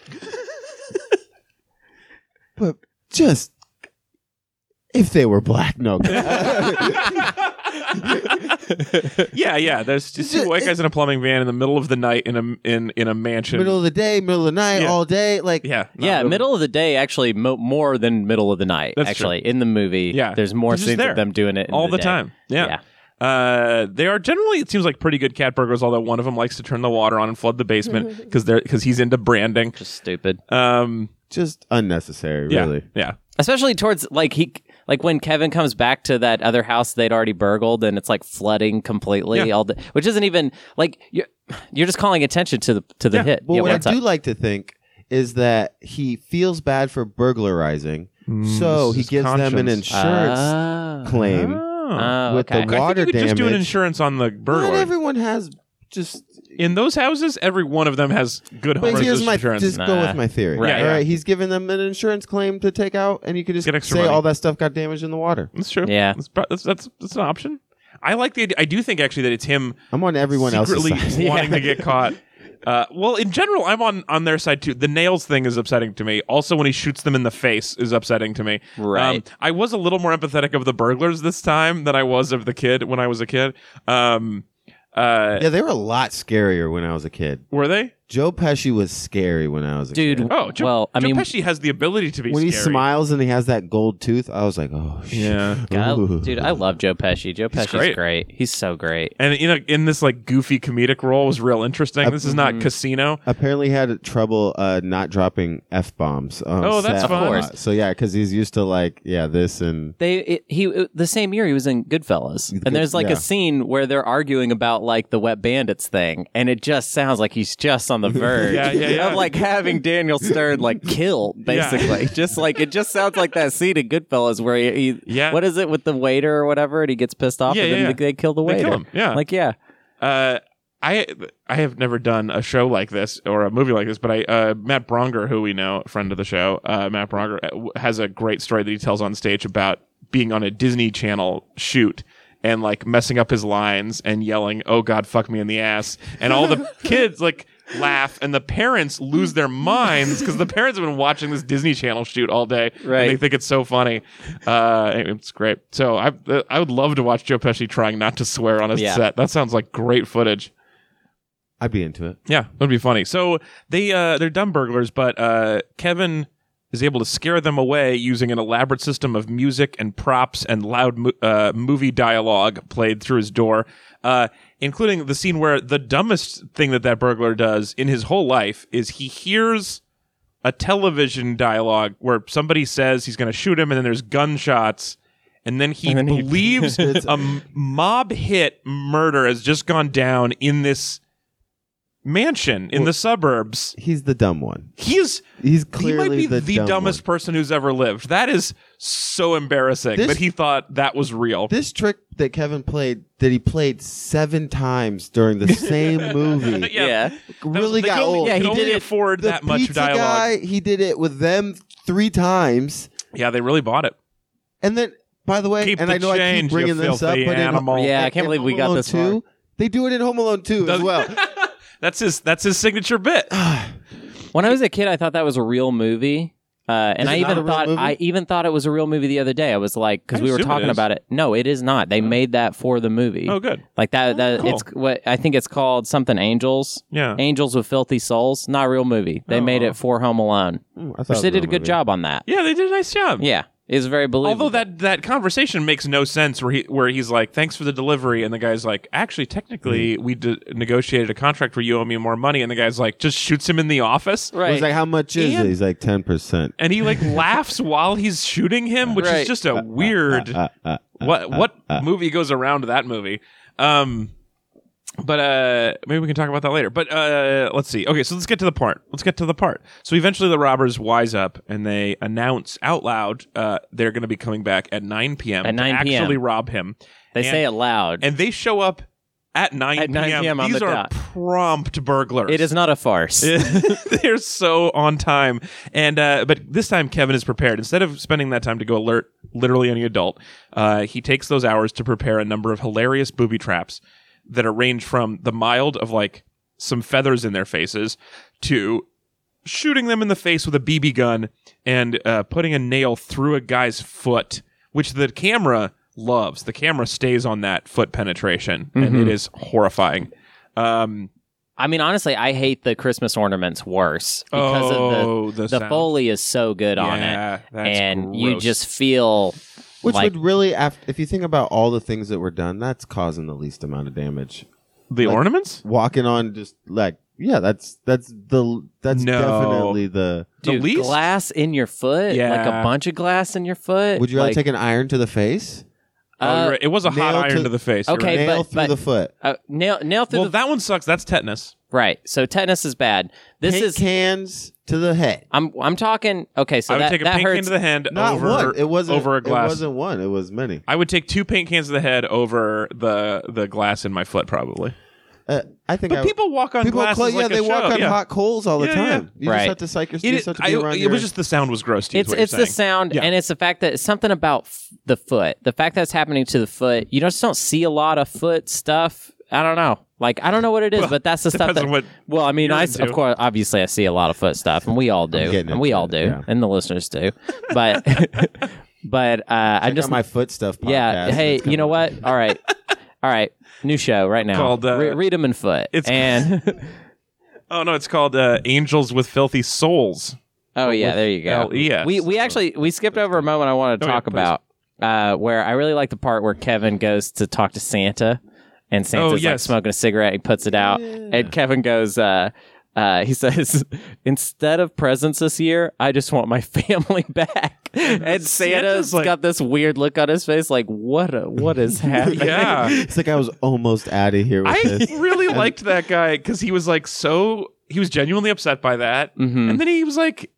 but just if they were black, no. yeah, yeah. There's just two white guys in a plumbing van in the middle of the night in a in in a mansion. middle of the day, middle of the night, Yeah. all day, like yeah, not yeah, over- middle of the day actually mo- more than middle of the night. That's actually, in the movie, Yeah. there's more They're just scenes there. of them doing it in all the, day. time. Yeah. Uh, they are generally it seems like pretty good cat burglars, although one of them likes to turn the water on and flood the basement because they're because he's into branding. just stupid. Um, just unnecessary, yeah, really. yeah. Especially towards like he like when Kevin comes back to that other house they'd already burgled and it's like flooding completely all the which isn't even like you're you're just calling attention to the to the Yeah. hit. Well, Yeah, what I what's up? do like to think is that he feels bad for burglarizing, so Mm, this he is gives them an conscience. insurance Ah. claim. Oh. Oh, with the okay. I think water you could just do an damage. insurance on the Not burglar. everyone has just. In those houses, every one of them has good But homeowners here's my insurance. just go Nah. with my theory. Right. All Yeah, right, yeah. he's giving them an insurance claim to take out, and you can just Get extra say money. all that stuff got damaged in the water. that's true. Yeah. that's, pro- that's that's that's an option. I like the. idea- I do think actually that it's him I'm on everyone else's secretly side. wanting to get caught. Uh, well, in general, I'm on on their side too. The nails thing is upsetting to me. Also, when he shoots them in the face is upsetting to me. Right. Um, I was a little more empathetic of the burglars this time than I was of the kid when I was a kid. Um, uh, Yeah, they were a lot scarier when I was a kid. were they? Joe Pesci was scary when I was a Dude, kid. Oh, Joe, well, I Joe mean, Pesci has the ability to be When he scary. smiles and he has that gold tooth, I was like, oh, shit. Yeah. God, Ooh. dude, I love Joe Pesci. Joe Pesci's great. great. He's so great. And you know, in this like goofy comedic role was real interesting. This is Mm-hmm. not Casino. Apparently, he had trouble uh, not dropping f bombs. Oh, that's fun. Of course. So yeah, because he's used to like yeah this and They it, he it- the same year he was in Goodfellas, and there's like yeah. a scene where they're arguing about like the wet bandits thing, and it just sounds like he's just on the verge Yeah, yeah, yeah. of like having Daniel Stern like killed basically. just like it just sounds like that scene in Goodfellas where he, he Yeah. what is it with the waiter or whatever, and he gets pissed off, Yeah, and then yeah, yeah. They, they kill the They waiter. kill him, yeah. like yeah, uh, I I have never done a show like this or a movie like this, but I uh, Matt Bronger, who we know, friend of the show, uh, Matt Bronger uh, w- has a great story that he tells on stage about being on a Disney Channel shoot and like messing up his lines and yelling, "Oh God, fuck me in the ass," and all the kids like laugh and the parents lose their minds because the parents have been watching this Disney Channel shoot all day. Right. and they think it's so funny. Uh, it- it's great. So I uh, I would love to watch Joe Pesci trying not to swear on a Yeah. set. That sounds like great footage. I'd be into it. Yeah, that'd be funny. So they uh they're dumb burglars, but uh Kevin is able to scare them away using an elaborate system of music and props and loud mo- uh, movie dialogue played through his door, uh, including the scene where the dumbest thing that that burglar does in his whole life is he hears a television dialogue where somebody says he's going to shoot him and then there's gunshots and then he then he- believes a m- mob hit murder has just gone down in this mansion in the suburbs He's the dumb one. he's He's he clearly might be the, the, dumb dumbest one. person who's ever lived that is so embarrassing This- that he thought that was real This trick that Kevin played, that he played seven times during the same movie, Yeah. That was- really they got could only- old. Yeah, could he only did it- afford the that much pizza dialogue guy, he did it with them three times, yeah they really bought it and then by the way, Keep and the I know I keep change, you bringing this up, filthy but in, animal. Yeah, I in can't believe Home we got Alone this far. Two, they do it in Home Alone Two as Does- well. that's his that's his signature bit When I was a kid, I thought that was a real movie. Uh, and Is I it not a even real thought movie? I even thought it was a real movie the other day. I was like, because I we were assume it talking is. about it. No, it is not. They made that for the movie. oh good Like that. that cool. It's what I think it's called something. Angels. yeah Angels with Filthy Souls. Not a real movie. They made Oh. it for Home Alone. Mm, I thought Which it they was did a a good movie. job on that. yeah they did a nice job Yeah, it was very believable. Although that, that conversation makes no sense, where he where he's like, "Thanks for the delivery," and the guy's like, "Actually, technically, Hmm. we d- negotiated a contract where you owe me more money," and the guy's like, just shoots him in the office, right. He's like, how much is And- it? He's like ten percent. and he like laughs while he's shooting him, which Right. is just a weird Uh, what what movie goes around that movie. Um, but uh, maybe we can talk about that later. But uh, let's see. Okay, so let's get to the part. Let's get to the part. So eventually, the robbers wise up and they announce out loud uh, they're going to be coming back at 9 p.m. At 9 to p.m.. actually rob him. they and- say it loud. and they show up at 9 At 9 p.m. p.m. on These the are dot. prompt burglars. it is not a farce. They're so on time, and uh, but this time Kevin is prepared. Instead of spending that time to go alert literally any adult, uh, he takes those hours to prepare a number of hilarious booby traps that are range from the mild of like some feathers in their faces to shooting them in the face with a BB gun and uh, putting a nail through a guy's foot, which the camera loves. The camera stays on that foot penetration, and Mhm. it is horrifying. Um, I mean, honestly, I hate the Christmas ornaments worse because of oh, the the the sound. foley is so good on it, that's and you gross. just feel Which like would really, af- if you think about all the things that were done, that's causing the least amount of damage. the like- ornaments, Walking on, just like yeah, that's that's the that's No. definitely the. the dude, least. glass in your foot, like Yeah. a bunch of glass in your foot. Would you rather like, take an iron to the face, Oh, you're right. it was a hot nail iron to, to- the face. you're Okay, right. nail but- through but- the foot? uh, nail nail through Well, the that one sucks. That's tetanus. right? So tetanus is bad. This Paint is cans to the head. I'm I'm talking. Okay, so I would that take a that paint hurts. can to the hand Not over one. It wasn't over a It glass. wasn't one. It was many. I would take two paint cans to the head over the the glass in my foot, probably. Uh, I think. But I, people walk on people glass. clo- as yeah, like a they walk show, on yeah. hot coals all the Yeah, yeah. time. You Right. just have to psych your. It, you is- just have to I- be around it your- was just the sound was gross. To you, is it's what you're it's the saying. sound, Yeah. and it's the fact that something about f- the foot, the fact that's happening to the foot. You just don't see a lot of foot stuff. I don't know. Like I don't know what it is, but that's the stuff depends that. on what well, I mean, you're I s- of into. course, obviously, I see a lot of foot stuff, and we all do, getting and we into all it, do, yeah. and the listeners do, but but uh, I Check just out my foot stuff. Podcast yeah. Hey, It's you know coming. what? All right, all right. New show right now Called, uh, Re- "Read 'em in Foot," it's- and Oh no, it's called uh, Angels with Filthy Souls. oh yeah, there you go. L-E-S. We we actually we skipped over a moment I want E to Oh, yeah, talk please. about uh, where I really like the part where Kevin goes to talk to Santa, and Santa's Oh, like yes. smoking a cigarette. He puts it out, and Kevin goes. Uh, uh, he says, "Instead of presents this year, I just want my family back." And Santa's Santa's like- got this weird look on his face, like "What? A, what is happening?" Yeah. It's like I was almost out of here with I this. really liked that guy because he was like so he was genuinely upset by that, Mhm. and then he was like,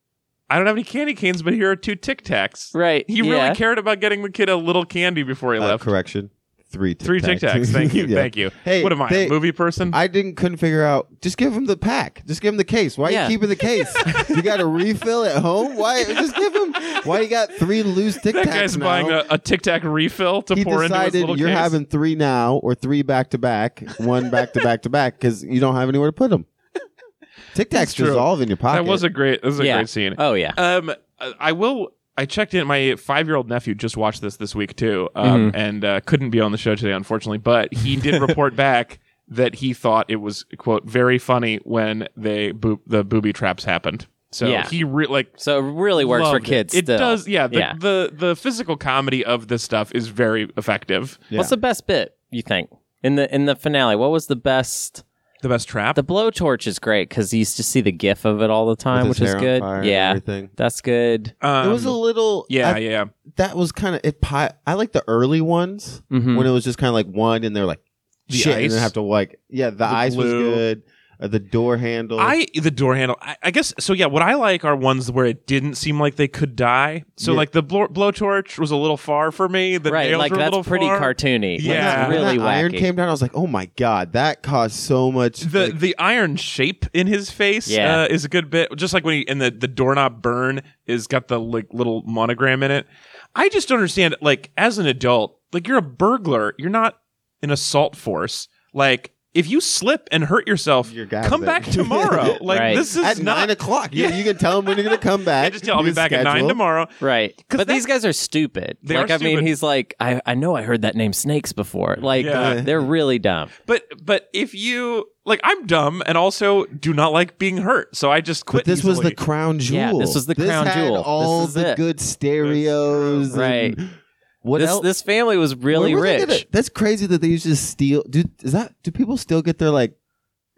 "I don't have any candy canes, but here are two Tic Tacs." Right. He yeah. really cared about getting the kid a little candy before he Uh, left. correction. Three Tic Three Tic Tacs. Thank you. Yeah. Thank you. Hey, what am I, they- a movie person? I didn't couldn't figure out. Just give him the pack. Just give him the case. Why Yeah. you keeping the case? you got a refill at home? Why just give him? Why you got three loose Tic Tacs? that guy's now? buying a, a Tic Tac refill to he pour into his decided little you're case. having three now or three back to back, one back to back to back because you don't have anywhere to put them. Tic Tacs true. dissolve in your pocket. that was a great. That was a Yeah. great scene. Oh yeah. Um, I I will. I checked in. My five-year-old nephew just watched this this week too, um, Mm-hmm. and uh, couldn't be on the show today, unfortunately. But he did report back that he thought it was quote very funny when they boob the booby traps happened. So Yeah. he re- like So it really works for loved it. kids. It still. does. Yeah the, yeah. the the physical comedy of this stuff is very effective. What's the best bit you think in the in the finale? What was the best? The best trap. The blowtorch is great because you used to see the gif of it all the time, With which his is hair on good. fire and Yeah, everything. that's good. Um, it was a little. yeah I- yeah. that was kind of it. Pi- I like the early ones Mhm. when it was just kind of like one, and they're like Hmm. The shit, and ice. they have to like yeah. The, ice was glue. good. Uh, the door handle. I the door handle. I, I guess so. Yeah, what I like are ones where it didn't seem like they could die. So Yeah. like the blow, blowtorch was a little far for me. The right, nails like were a that's little pretty far. cartoony. Like, Yeah. it's when really that iron wacky. came down. I was like, oh my god, that caused so much. The like, the iron shape in his face Yeah. uh, is a good bit. Just like when he and the the doorknob burn is got the like little monogram in it. I just don't understand. Like as an adult, like you're a burglar. You're not an assault force. Like if you slip and hurt yourself, You're gagged come then. back tomorrow. Like Right. this is at not. nine o'clock. You, you can tell them when you're gonna come back. I just tell I'll be You back at nine schedule. tomorrow. Right. 'Cause But that- these guys are stupid. They like are I mean, stupid. he's like, I, I know I heard that name snakes before. Like Yeah. they're really dumb. But but if you like, I'm dumb and also do not like being hurt, so I just quit. But this was the easily. crown jewel. Yeah, this was the crown had jewel. All This is the it. good stereos. and Right. What this else? this family was really Where were they rich. gonna- that's crazy that they used to steal. Do is that? Do people still get their like?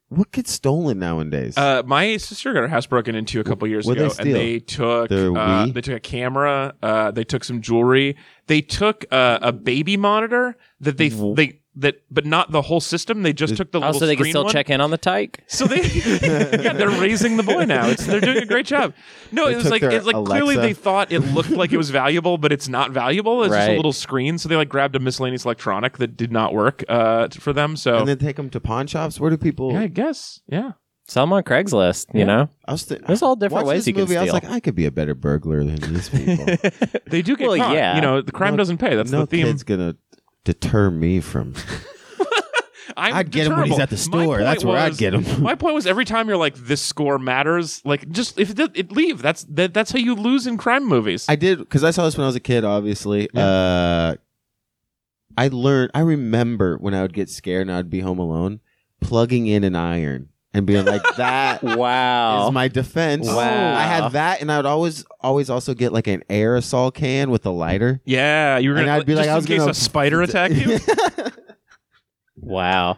What gets stolen nowadays? Uh, my sister got her house broken into a couple years What'd ago, they and steal? they took Their uh, Wii? they took a camera, uh, they took some jewelry, they took uh, a baby monitor that they they that but not the whole system. They just took the Also, little they could screen still one. check in on the tyke. So they, yeah, they're raising the boy now. It's, they're doing a great job. No, They it was took like their it's like clearly Alexa. they thought it looked like it was valuable, but it's not valuable. It's just a Right. little screen. So they like grabbed a miscellaneous electronic that did not work uh, t- for them. oh. So and then take them to pawn shops. Where do people? yeah, I guess yeah. Sell them on Craigslist. You Yeah. know, I was thi- There's all different watching ways this you can movie, I was steal. like, I could be a better burglar than these people. They do get Well, caught. yeah. You know, the crime No- doesn't pay. That's no the theme. kid's gonna deter me from. I'm I'd get him when he's determinable. at the My store. point That's where I'd was- get him. my point was every time you're like this score matters. Like just if it, it leave. That's that, that's how you lose in crime movies. I did because I saw this when I was a kid. Obviously, uh, I learned. I remember when I would get scared and I'd be home alone, plugging in an iron and being like, "That wow. is my defense." Oh. Wow. I had that, and I would always, always also get like an aerosol can with a lighter. yeah, you were And gonna. I'd be just like, in I was case gonna- a spider attack you. Is wow.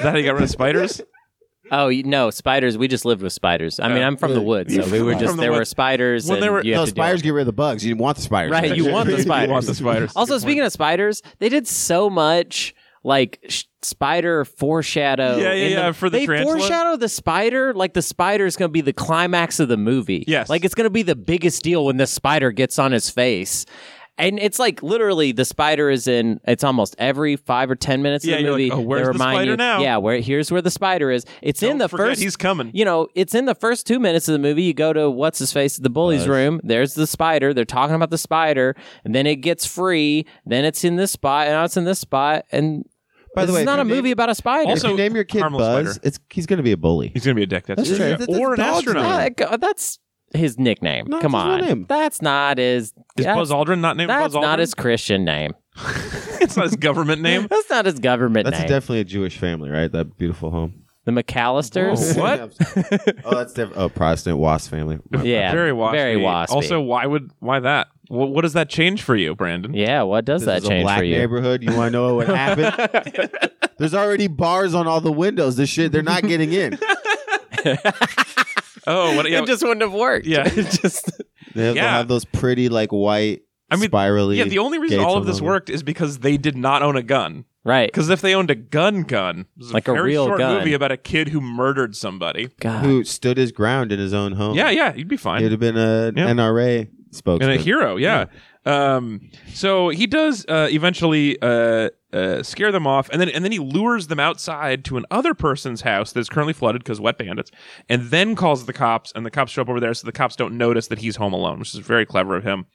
that how you got rid of spiders? Oh you- no, spiders. We just lived with spiders. I mean, Yeah. I'm from the Really? woods, so we were From just the there were woods. spiders. When and there were- you had no, to deal spiders with get rid of the bugs. You want the spiders, Right, you want the You want the spiders. spiders. it. Also, speaking of spiders, they did so much like sh- spider foreshadow. Yeah, yeah, in yeah, for the they tarantula. foreshadow the spider like the spider is going to be the climax of the movie. Yes. like it's going to be the biggest deal when the spider gets on his face. And it's like literally the spider is in. It's almost every five or ten minutes Yeah, of the you're like, movie. "Oh, where's they the remind spider you, now?" Yeah, where here's where the spider is. It's in Don't the forget first. he's coming. You know, it's in the first two minutes of the movie. You go to what's his face, the bully's room. There's the spider. They're talking about the spider, and then it gets free. Then it's in this spot, and now it's in this spot. And By the this way, is if not a your name- movie about a spider. Also- if you name your kid harmless Buzz, spider. it's he's gonna be a bully. He's gonna be a dick. That's, That's true. true. Or an That's a dog's astronaut. Uh, go- that's his nickname. No, Come that's his real on, name. that's not his. Is that's, Buzz Aldrin not named Buzz that's Aldrin? not his Christian name. it's not his government name. That's not his government That's name. definitely a Jewish family, right? That beautiful home. the Whoa, McAllisters. what? oh, that's different. Oh, Protestant Wasp family. My Yeah, very waspy. Very waspy. Also, why would why that? What, what does that change for you, Brandon? yeah. What does This that is a change black for you? neighborhood. You want to know what would happen? There's already bars on all the windows. This shit, they're not getting in. Oh, what? Yeah, It just wouldn't have worked. Yeah. It just They have, they'll Yeah. have those pretty like white, I mean, spirally. yeah. The only reason gates all of this on them. worked is because they did not own a gun. right. Because if they owned a gun, gun, this is Like a a very real short gun. movie about a kid who murdered somebody. God. who stood his ground in his own Oh. home. Uh, Yeah, yeah, you'd be He would fine. have been a Yeah. NRA spokesman. And a hero, yeah. Um, so he does uh, eventually uh, uh, scare them off, and then and then he lures them outside to another person's house that's currently flooded because wet bandits, and then calls the cops, and the cops show up over there, so the cops don't notice that he's home alone, which is very clever of him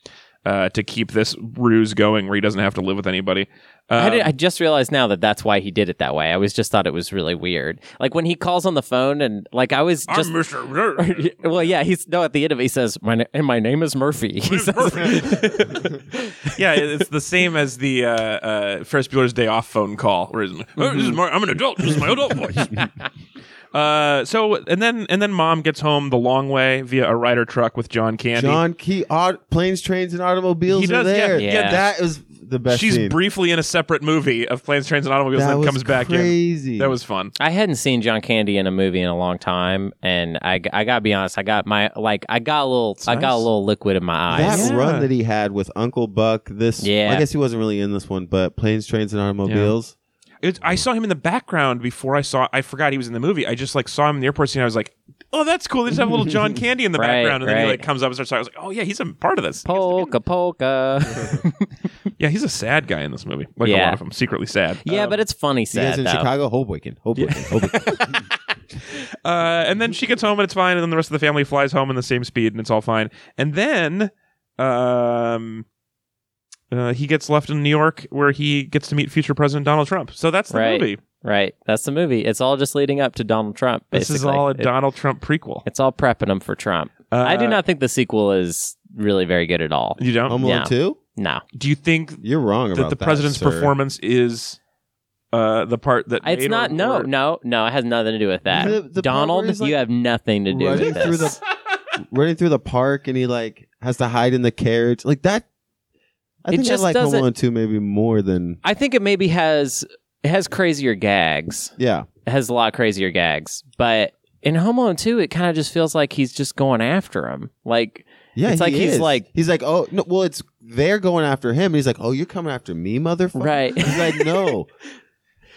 uh, to keep this ruse going, where he doesn't have to live with anybody. I, Um, did, I just realized now that that's why he did it that way. I was just thought it was really weird. Like when he calls on the phone and like I was just I'm Mister. well, yeah, he's no at the end of it, he says my na- and my name is Murphy. He says, yeah, it's the same as the uh, Mm-hmm. uh, Ferris Bueller's Day Off phone call. Where he's, "Oh, this is my, I'm an adult. This is my adult voice. Uh, so and then and then mom gets home the long way via a rider truck with John Candy. John Key, aut- planes, trains, and automobiles He are does, yeah, there. yeah. that is the best. She's scene. briefly in a separate movie of Planes, Trains, and Automobiles, That and was then comes back in. crazy. That was fun. I hadn't seen John Candy in a movie in a long time, and I, g- I gotta be honest, I got my like I got a little I got nice. a little liquid in my that eyes. Yeah. run that he had with Uncle Buck. This, Yeah. I guess he wasn't really in this one, but planes, trains, and automobiles. It, I saw him in the background before I saw. I forgot he was in the movie. I just like saw him in the airport scene. I was like, "Oh, that's cool." They just have a little John Candy in the Right, background, and then he right. like comes up and starts talking. I was like, "Oh yeah, he's a part of this." Polka polka. Yeah, he's a sad guy in this movie. Like a Yeah. lot of them, secretly sad. Um, yeah, but it's funny You guys sad in though. Chicago, Hoboken, Hoboken, Hoboken. Uh, and then she gets home and it's fine, and then the rest of the family flies home in the same speed, and it's all fine. And then, um, uh, he gets left in New York where he gets to meet future President Donald Trump. So that's the Right. movie. Right, that's the movie. It's all just leading up to Donald Trump. This is basically. all a It- Donald Trump prequel. it's all prepping them for Trump. I do Uh, not think the sequel is really very good at all. You don't? Home Alone Yeah. Two. No, Do you think You're wrong that Um, about the president's sir. performance is uh, the part that it's made not. or- No, or- no, no. It has nothing to do with that. The- the part Donald, where he's, like, you have nothing to do running with through this. the running through the park, and he like has to hide in the carriage like that. I It think just I like Home doesn't- Alone Two maybe more than I think it maybe has it has crazier gags. yeah. It has a lot of crazier gags, but in Home Alone 2, it kind of just feels like he's just going after him. Like Yeah, It's he like he's is. like- he's like oh no well it's they're going after him and he's like oh you're coming after me motherfucker Right. he's like no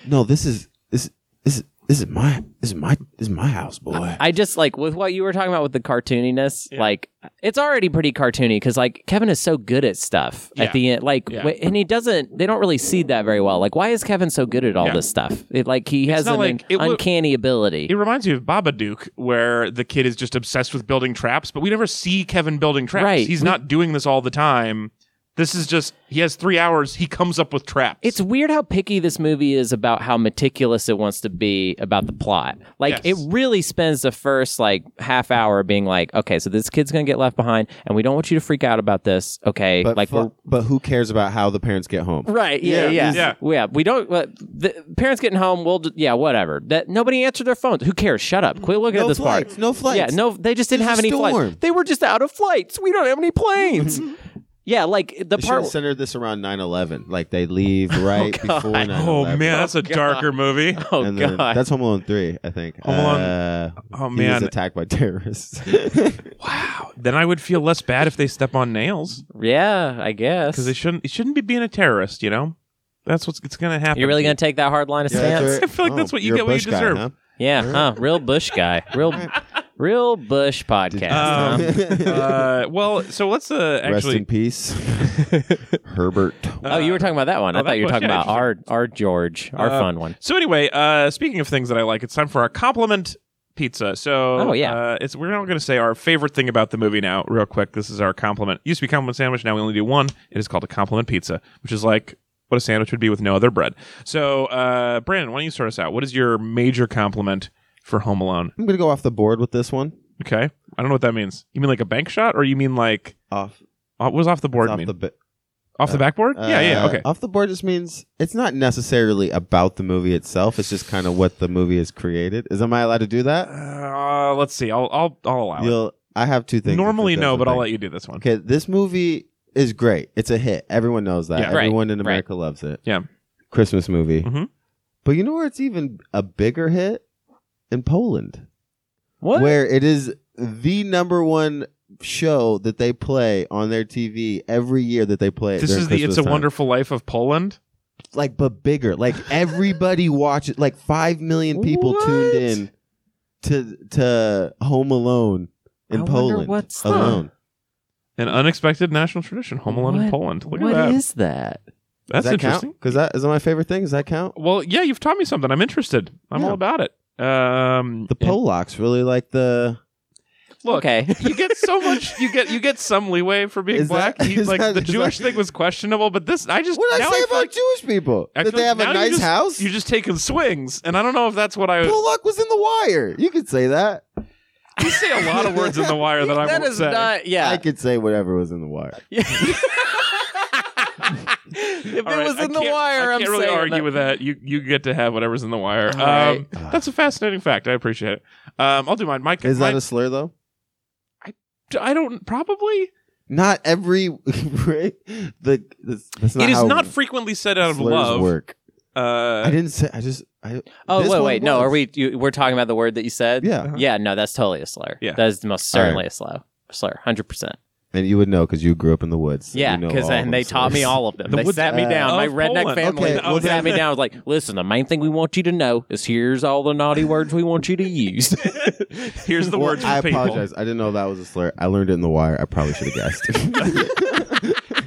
no this is this this this is my this is my this is my house boy I just like with what you were talking about with the cartooniness, like it's already pretty cartoony because like Kevin is so good at stuff Yeah. at the end, like, Yeah. wh- and he doesn't. They don't really see that very well. Like, why is Kevin so good at all Yeah. this stuff? It, like he has not an like- it would- uncanny ability. It reminds me of Babadook, where the kid is just obsessed with building traps, but we never see Kevin building traps. Right. He's We- not doing this all the time. This is just he has three hours. He comes up with traps. It's weird how picky this movie is about how meticulous it wants to be about the plot. Like Yes. it really spends the first like half hour being like, okay, so this kid's gonna get left behind, and we don't want you to freak out about this. Okay, but like fu- but who cares about how the parents get home we're right, yeah, Yeah, yeah, yeah. yeah. We don't. Uh, the parents getting home, we'll d- yeah, whatever. That nobody answered their phones. Who cares? Shut up. Quit looking No at this part. flights, no flights. Yeah, no. They just didn't There's have a any storm. flights. They were just out of flights. We don't have any planes. yeah, like the they should part. have centered this around 9-11 like they leave right before 9-11 oh man, that's a darker movie. Oh and then, god. that's Home Alone 3 I think Home Alone- Uh, Oh he was man. attacked by terrorists then I would feel less bad if they step on nails Yeah, I guess. because they shouldn't. It shouldn't be being a terrorist. You know, that's what's it's gonna happen. You're really gonna take that hard line of Yeah, that's stance? right. I feel like that's what you Oh, you're a get, what you Bush guy, deserve. huh? Yeah, huh? Real Bush guy. Real, real Bush podcast. Um, uh, well, so let's uh, Rest actually. in peace, Herbert. oh, you were talking about that one. oh, I thought that you were was- talking yeah, about our our George, our Uh, fun one. So anyway, uh, speaking of things that I like, it's time for our compliment pizza. So Oh, yeah. uh, it's we're now going to say our favorite thing about the movie now, real quick. This is our compliment. Used to be compliment sandwich, now we only do one. It is called a compliment pizza, which is like what a sandwich would be with no other bread. So uh, Brandon, why don't you start us out? What is your major compliment for Home Alone? I'm gonna go off the board with this one. Okay, I don't know what that means. You mean like a bank shot, or you mean like Off, uh, what does off the board off mean? the bi- off the backboard? yeah, yeah. uh, Okay. Off the board just means it's not necessarily about the movie itself. It's just kind of what the movie is created. Is am I allowed to do that? Uh, let's see. I'll I'll I'll allow it. You'll. I have two things. Normally no, but I'll like. let you do this one. Okay, this movie is great. It's a hit. Everyone knows that. Yeah. Right, Everyone in right. America loves it. Yeah. Christmas movie. Mhm. But you know where it's even a bigger hit in Poland. What? where it is the number one show that they play on their TV every year that they play. it This eh, during is the Christmas It's a time. Wonderful Life of Poland. like, but bigger. Like everybody watches. Like five million people tuned What? in to to Home Alone in I wonder Poland what's that. alone. An unexpected national tradition, Home Alone in What- Poland. Look what at that. is that? That's Does that interesting. count? Because that is that my favorite thing. Does that count? Well, yeah, you've taught me something. I'm interested. I'm Yeah. all about it. Um, The and- Polacks really like the. Look, Okay. you get so much. You get you get some leeway for being Is black. that- You- is like that- the is Jewish that- thing was questionable, but this I just What did now I say feel about like- Jewish people? I that feel they have like a now you nice just- house. You're just uh, taking swings, and I don't know if that's what I. Polak was in The Wire. You could say that. You say a lot of words in the wire that I That won't is say. not. I Yeah. could say whatever was in The Wire. if If All it right, was I in the can't- wire, I I'm can't really saying argue that. with that. You you get to have whatever's in the wire. All right. Um, that's a fascinating fact. I appreciate it. Um, I'll do mine. Mike, Is that mine, a slur though? I don't probably. Not every right. The that's, that's not it is how not frequently said out of slurs love. work. I Uh, didn't say. I just. I, Oh this wait, one wait, no. was. Are we? You, we're talking about the word that you said. Yeah, Uh-huh. Yeah, no, that's totally a slur. Yeah. that is the most All right. certainly a slur. Slur, hundred percent. and you would know because you grew up in the woods. so Yeah, you know because all of and they them taught me slurs. all of them. The they woods- sat me uh, down. My of redneck Poland. family Okay, well, sat me down. Was like, listen, the main thing we want you to know is here's all the naughty words we want you to use. here's the Well, words. I for people. apologize. I didn't know that was a slur. I learned it in the wire. I probably should have guessed.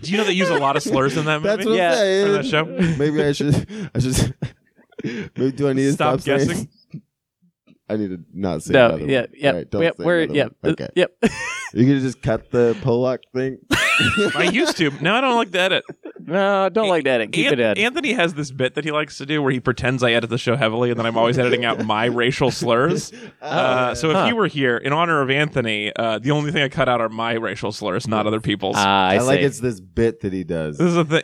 Do you know they use a lot of slurs in that movie? That's what Yeah, I'm saying. for that show. Maybe I should. I should. Maybe do I need to Stop stop, saying- guessing? I need to not say. no, another yeah, one. yeah, All right, don't yep, say we're, another yep, one. uh, Okay. yep. You can just cut the Pollock thing. I used to. Now I don't like to edit. No, don't like that. Keep it An- in. Anthony has this bit that he likes to do where he pretends I edit the show heavily and then I'm always editing out my racial slurs. Oh, Uh, so if Huh. you were here, in honor of Anthony, uh, the only thing I cut out are my racial slurs, not other people's. Ah, I, I, like see. it's this bit that he does. this is a thing.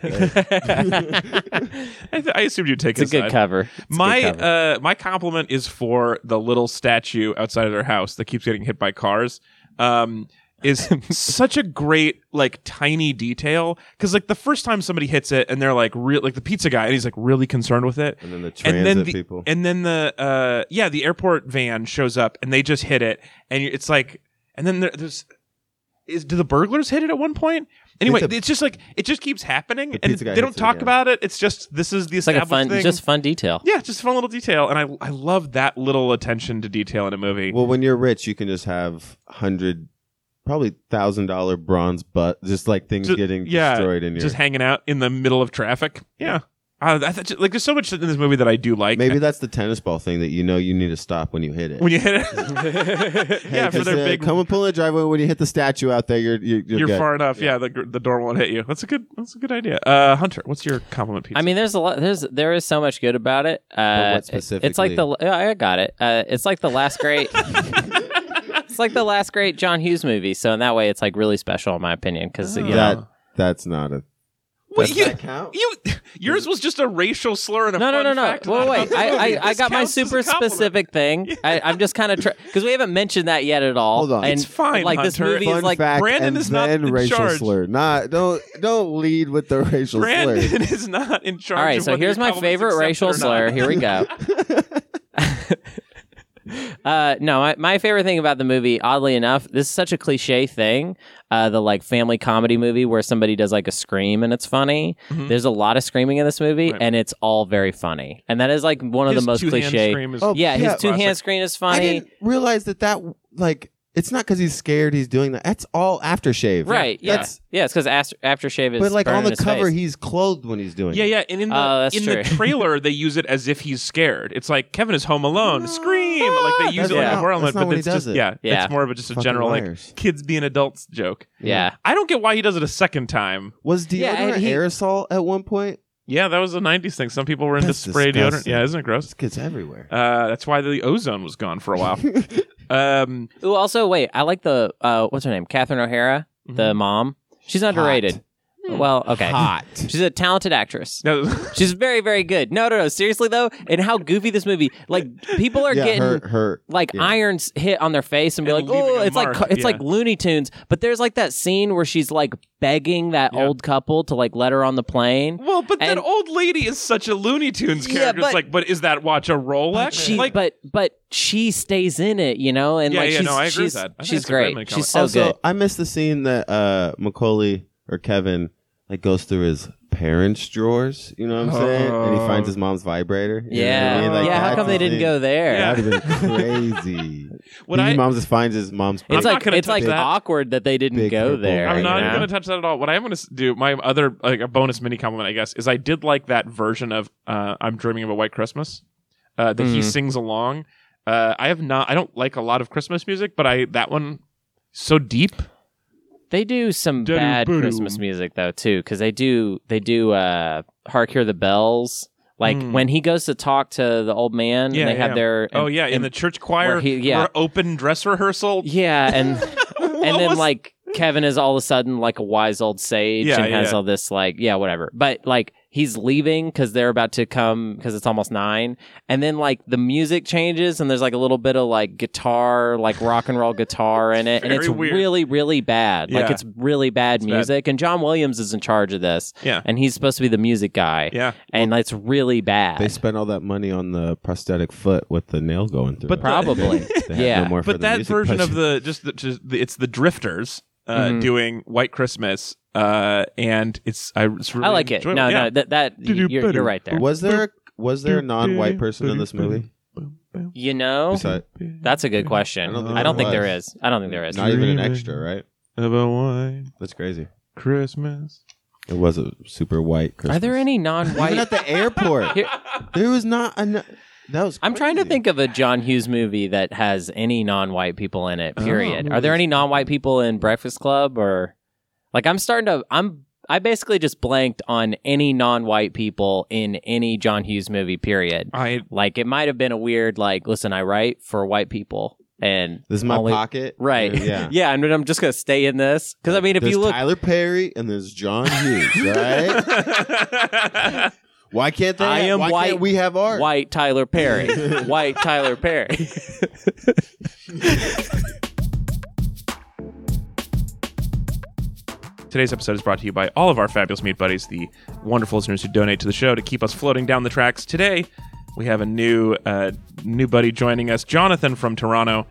I, th- I assumed you'd take It's a his good side. cover. It's a good my cover. uh, my compliment is for the little statue outside of their house that keeps getting hit by cars. Um, is such a great like tiny detail because like the first time somebody hits it and they're like real like the pizza guy and he's like really concerned with it and then the transit and then the people. and then the uh yeah the airport van shows up and they just hit it and it's like and then there, there's is do the burglars hit it at one point anyway It's it's, a- just like it just keeps happening and pizza guy they don't hits it talk again. about it it's just this is the it's like a established fun, thing just fun detail. yeah just a fun little detail and I I love that little attention to detail in a movie well, when you're rich, you can just have hundred, probably thousand dollar bronze butt, just like things Ju- getting yeah, destroyed in your. just hanging out in the middle of traffic yeah uh, I thought, like there's so much in this movie that I do like Maybe that's the tennis ball thing that you know you need to stop when you hit it. when you hit it Hey, yeah for 'cause, their uh, big come and pull in the driveway when you hit the statue out there. You're you're, you're, you're good. far enough. Yeah, the the, the door won't hit you. That's a good. That's a good idea. Uh, Hunter, what's your compliment piece? I mean, there's a lot. There's there is so much good about it. Uh, what it- It's like the yeah, I got it. Uh, it's like the last great. it's like the last great John Hughes movie. So in that way, it's like really special in my opinion because Oh. you know. that that's not a. Wait, does you, that count? you, yours was just a racial slur and a No, no, fun no, no. fact Well, about wait. the I, movie. I, I This got my counts as a super compliment. specific thing. I, I'm just kind of because we haven't mentioned that yet at all. Hold on. And It's fine, Like this Hunter. movie Fun is like fact, Brandon and is not then in racial charge. slur. Not don't don't lead with the racial slur. Brandon is not in charge. All right, of so whether here's your my compliment's favorite racial accepted or slur. not. Here we go. uh, no, my, my favorite thing about the movie, oddly enough, this is such a cliche thing. Uh, the like family comedy movie where somebody does like a scream and it's funny. Mhm. There's a lot of screaming in this movie, Right. and it's all very funny. And that is like one of His the most two-hand cliche. scream is- Oh, Yeah, Yeah. his two hand Classic. screen is I funny. didn't realize that that like it's not because he's scared he's doing that. That's all aftershave. Right? Yeah, That's, yeah. It's because aftershave is. but like on burning the his cover, face. he's clothed when he's doing. Yeah, it. yeah, and in the Oh, that's in the true. trailer they use it as if he's scared. It's like Kevin is home alone, scream. Like they use That's it like not- a horror element, that's not but when he it's does just it. yeah, Yeah. it's more of a, just a Fucking general liars. like kids being adults joke. yeah. I don't get why he does it a second time. Was deodorant Yeah, and he- aerosol at one point? Yeah, that was a '90s thing. Some people were into That's spray deodorant. disgusting. Yeah, isn't it gross? This kid's everywhere. Oh. Uh, that's why the ozone was gone for a while. um, Ooh, also, wait. I like the uh, what's her name, Catherine O'Hara, Mm-hmm. the mom. She's underrated. Well, okay. Hot. She's a talented actress. no, She's very, very good. No, no, no. Seriously though, and how goofy this movie. Like people are yeah, getting her her like yeah. irons hit on their face and be And like, oh, leaving a it's like mark, it's yeah. like Looney Tunes. But there's like that scene where she's like begging that Yeah. old couple to like let her on the plane. well, but that And- old lady is such a Looney Tunes Yeah, character. it's but- like, but is that watch a Rolex? But she, like, but but she stays in it, you know, and Yeah, like yeah, she's no, I agree with she's, that. I think she's it's a great great. make She's so comment. also, good. I missed the scene that uh, Macaulay or Kevin like goes through his parents' drawers. You know what I'm saying? And he Oh. finds his mom's vibrator. You know Yeah, what I mean? Like, yeah. How that's come they the didn't thing. go there? Yeah. That would have been crazy. what his I, mom just finds his mom's. It's I'm like not gonna it's like touch that. awkward that they didn't Big go purple there. I'm you not know? even going to touch that at all. What I am going to do, my other like a bonus mini compliment, I guess, is I did like that version of uh, "I'm Dreaming of a White Christmas" uh, that he Mm. sings along. Uh, I have not. I don't like a lot of Christmas music, but I that one so deep. They do some Daddy bad Boodoo. Christmas music though too, because they do they do uh "Hark Hear the Bells." Like Mm. when he goes to talk to the old man, Yeah, and they have yeah. their Oh and- yeah, in and- the church choir, where he- yeah. we're open dress rehearsal. yeah, and and What then was- like Kevin is all of a sudden like a wise old sage Yeah, and has yeah. all this like yeah whatever, but like he's leaving because they're about to come because it's almost nine, and then like the music changes and there's like a little bit of like guitar, like rock and roll guitar in it, and Very it's weird. really really bad. Like Yeah. it's really bad bad. music, and John Williams is in charge of this, Yeah. and he's supposed to be the music guy, Yeah. and it's really bad. They spent all that money on the prosthetic foot with the nail going through. But it. Probably. They had yeah. no more for but the that music version budget. of the just, the, just the, it's the Drifters uh, Mhm. doing White Christmas, uh, and it's I it's really I like it. enjoyable. No, Yeah. no, that that Do-do, you're, you're right there. was there was there a non-white person in this movie? You know, Besides, that's a good question. I don't think I don't there think there was. is. I don't think there is. not even an extra, right? About white That's crazy. Christmas. It was a super white. Christmas. Are there any Even non-white? at the airport, Here- there was not. An, that was. I'm trying to crazy. think of a John Hughes movie that has any non-white people in it. Oh. Period. Are there any non-white people in Breakfast Club or like I'm starting to I'm I basically just blanked on any non-white people in any John Hughes movie. Period. I Like it might have been a weird like listen I write for white people and This is my only- pocket. Right. Yeah. yeah. And I'm just gonna stay in this because I mean, if there's you look, Tyler Perry and there's John Hughes, all right? Why can't they? I am why white- Can't we have art. white Tyler Perry, white Tyler Perry. Today's episode is brought to you by all of our fabulous meat buddies, the wonderful listeners who donate to the show to keep us floating down the tracks. Today, we have a new uh, new buddy joining us, Jonathan from Toronto,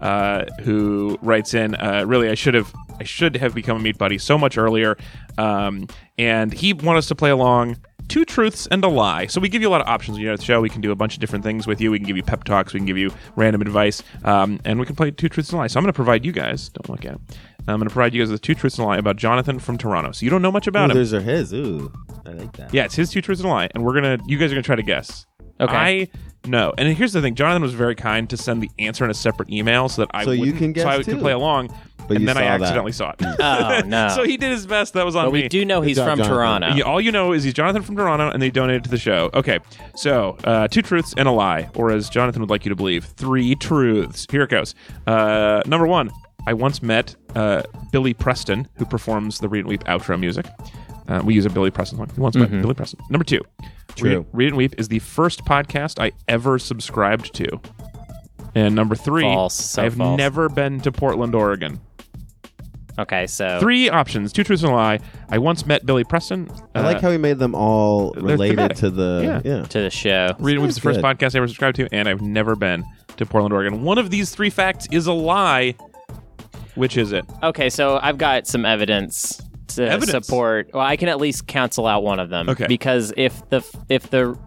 uh, who writes in. Uh, really, I should have I should have become a meat buddy so much earlier, um, and he wanted us to play along. Two truths and a lie. So we give you a lot of options. You know, at the show we can do a bunch of different things with you. We can give you pep talks. We can give you random advice, um, and we can play two truths and a lie. So I'm going to provide you guys. Don't look at it. I'm going to provide you guys with two truths and a lie about Jonathan from Toronto. So you don't know much Ooh, about him. those are his. Ooh, I like that. Yeah, it's his two truths and a lie, and we're gonna. You guys are gonna try to guess. Okay. I know. And here's the thing: Jonathan was very kind to send the answer in a separate email so that I So you wouldn't- can guess so I too. could play along. But and you then I saw that. accidentally saw it. Oh no! so he did his best. That was on but me. we do know he's job, from Jonathan. Toronto. Yeah, all you know is he's Jonathan from Toronto, and they donated to the show. Okay, so uh, two truths and a lie, or as Jonathan would like you to believe, three truths. Here it goes. Uh, number one, I once met uh, Billy Preston, who performs the Read and Weep outro music. Uh, we use a Billy Preston song. We once met Billy Preston. Number two, True. Read, Read and Weep is the first podcast I ever subscribed to. And number three, False, so I've false. never been to Portland, Oregon. Okay, so Three options, two truths and a lie. I once met Billy Preston. I Uh, like how he made them all related thematic. to the. Yeah. to the show. Reading was the Sounds first good. podcast I ever subscribed to, and I've never been to Portland, Oregon. One of these three facts is a lie. Which is it? Okay, so I've got some evidence to Evidence? support. Well, I can at least cancel out one of them. Okay. because if the if the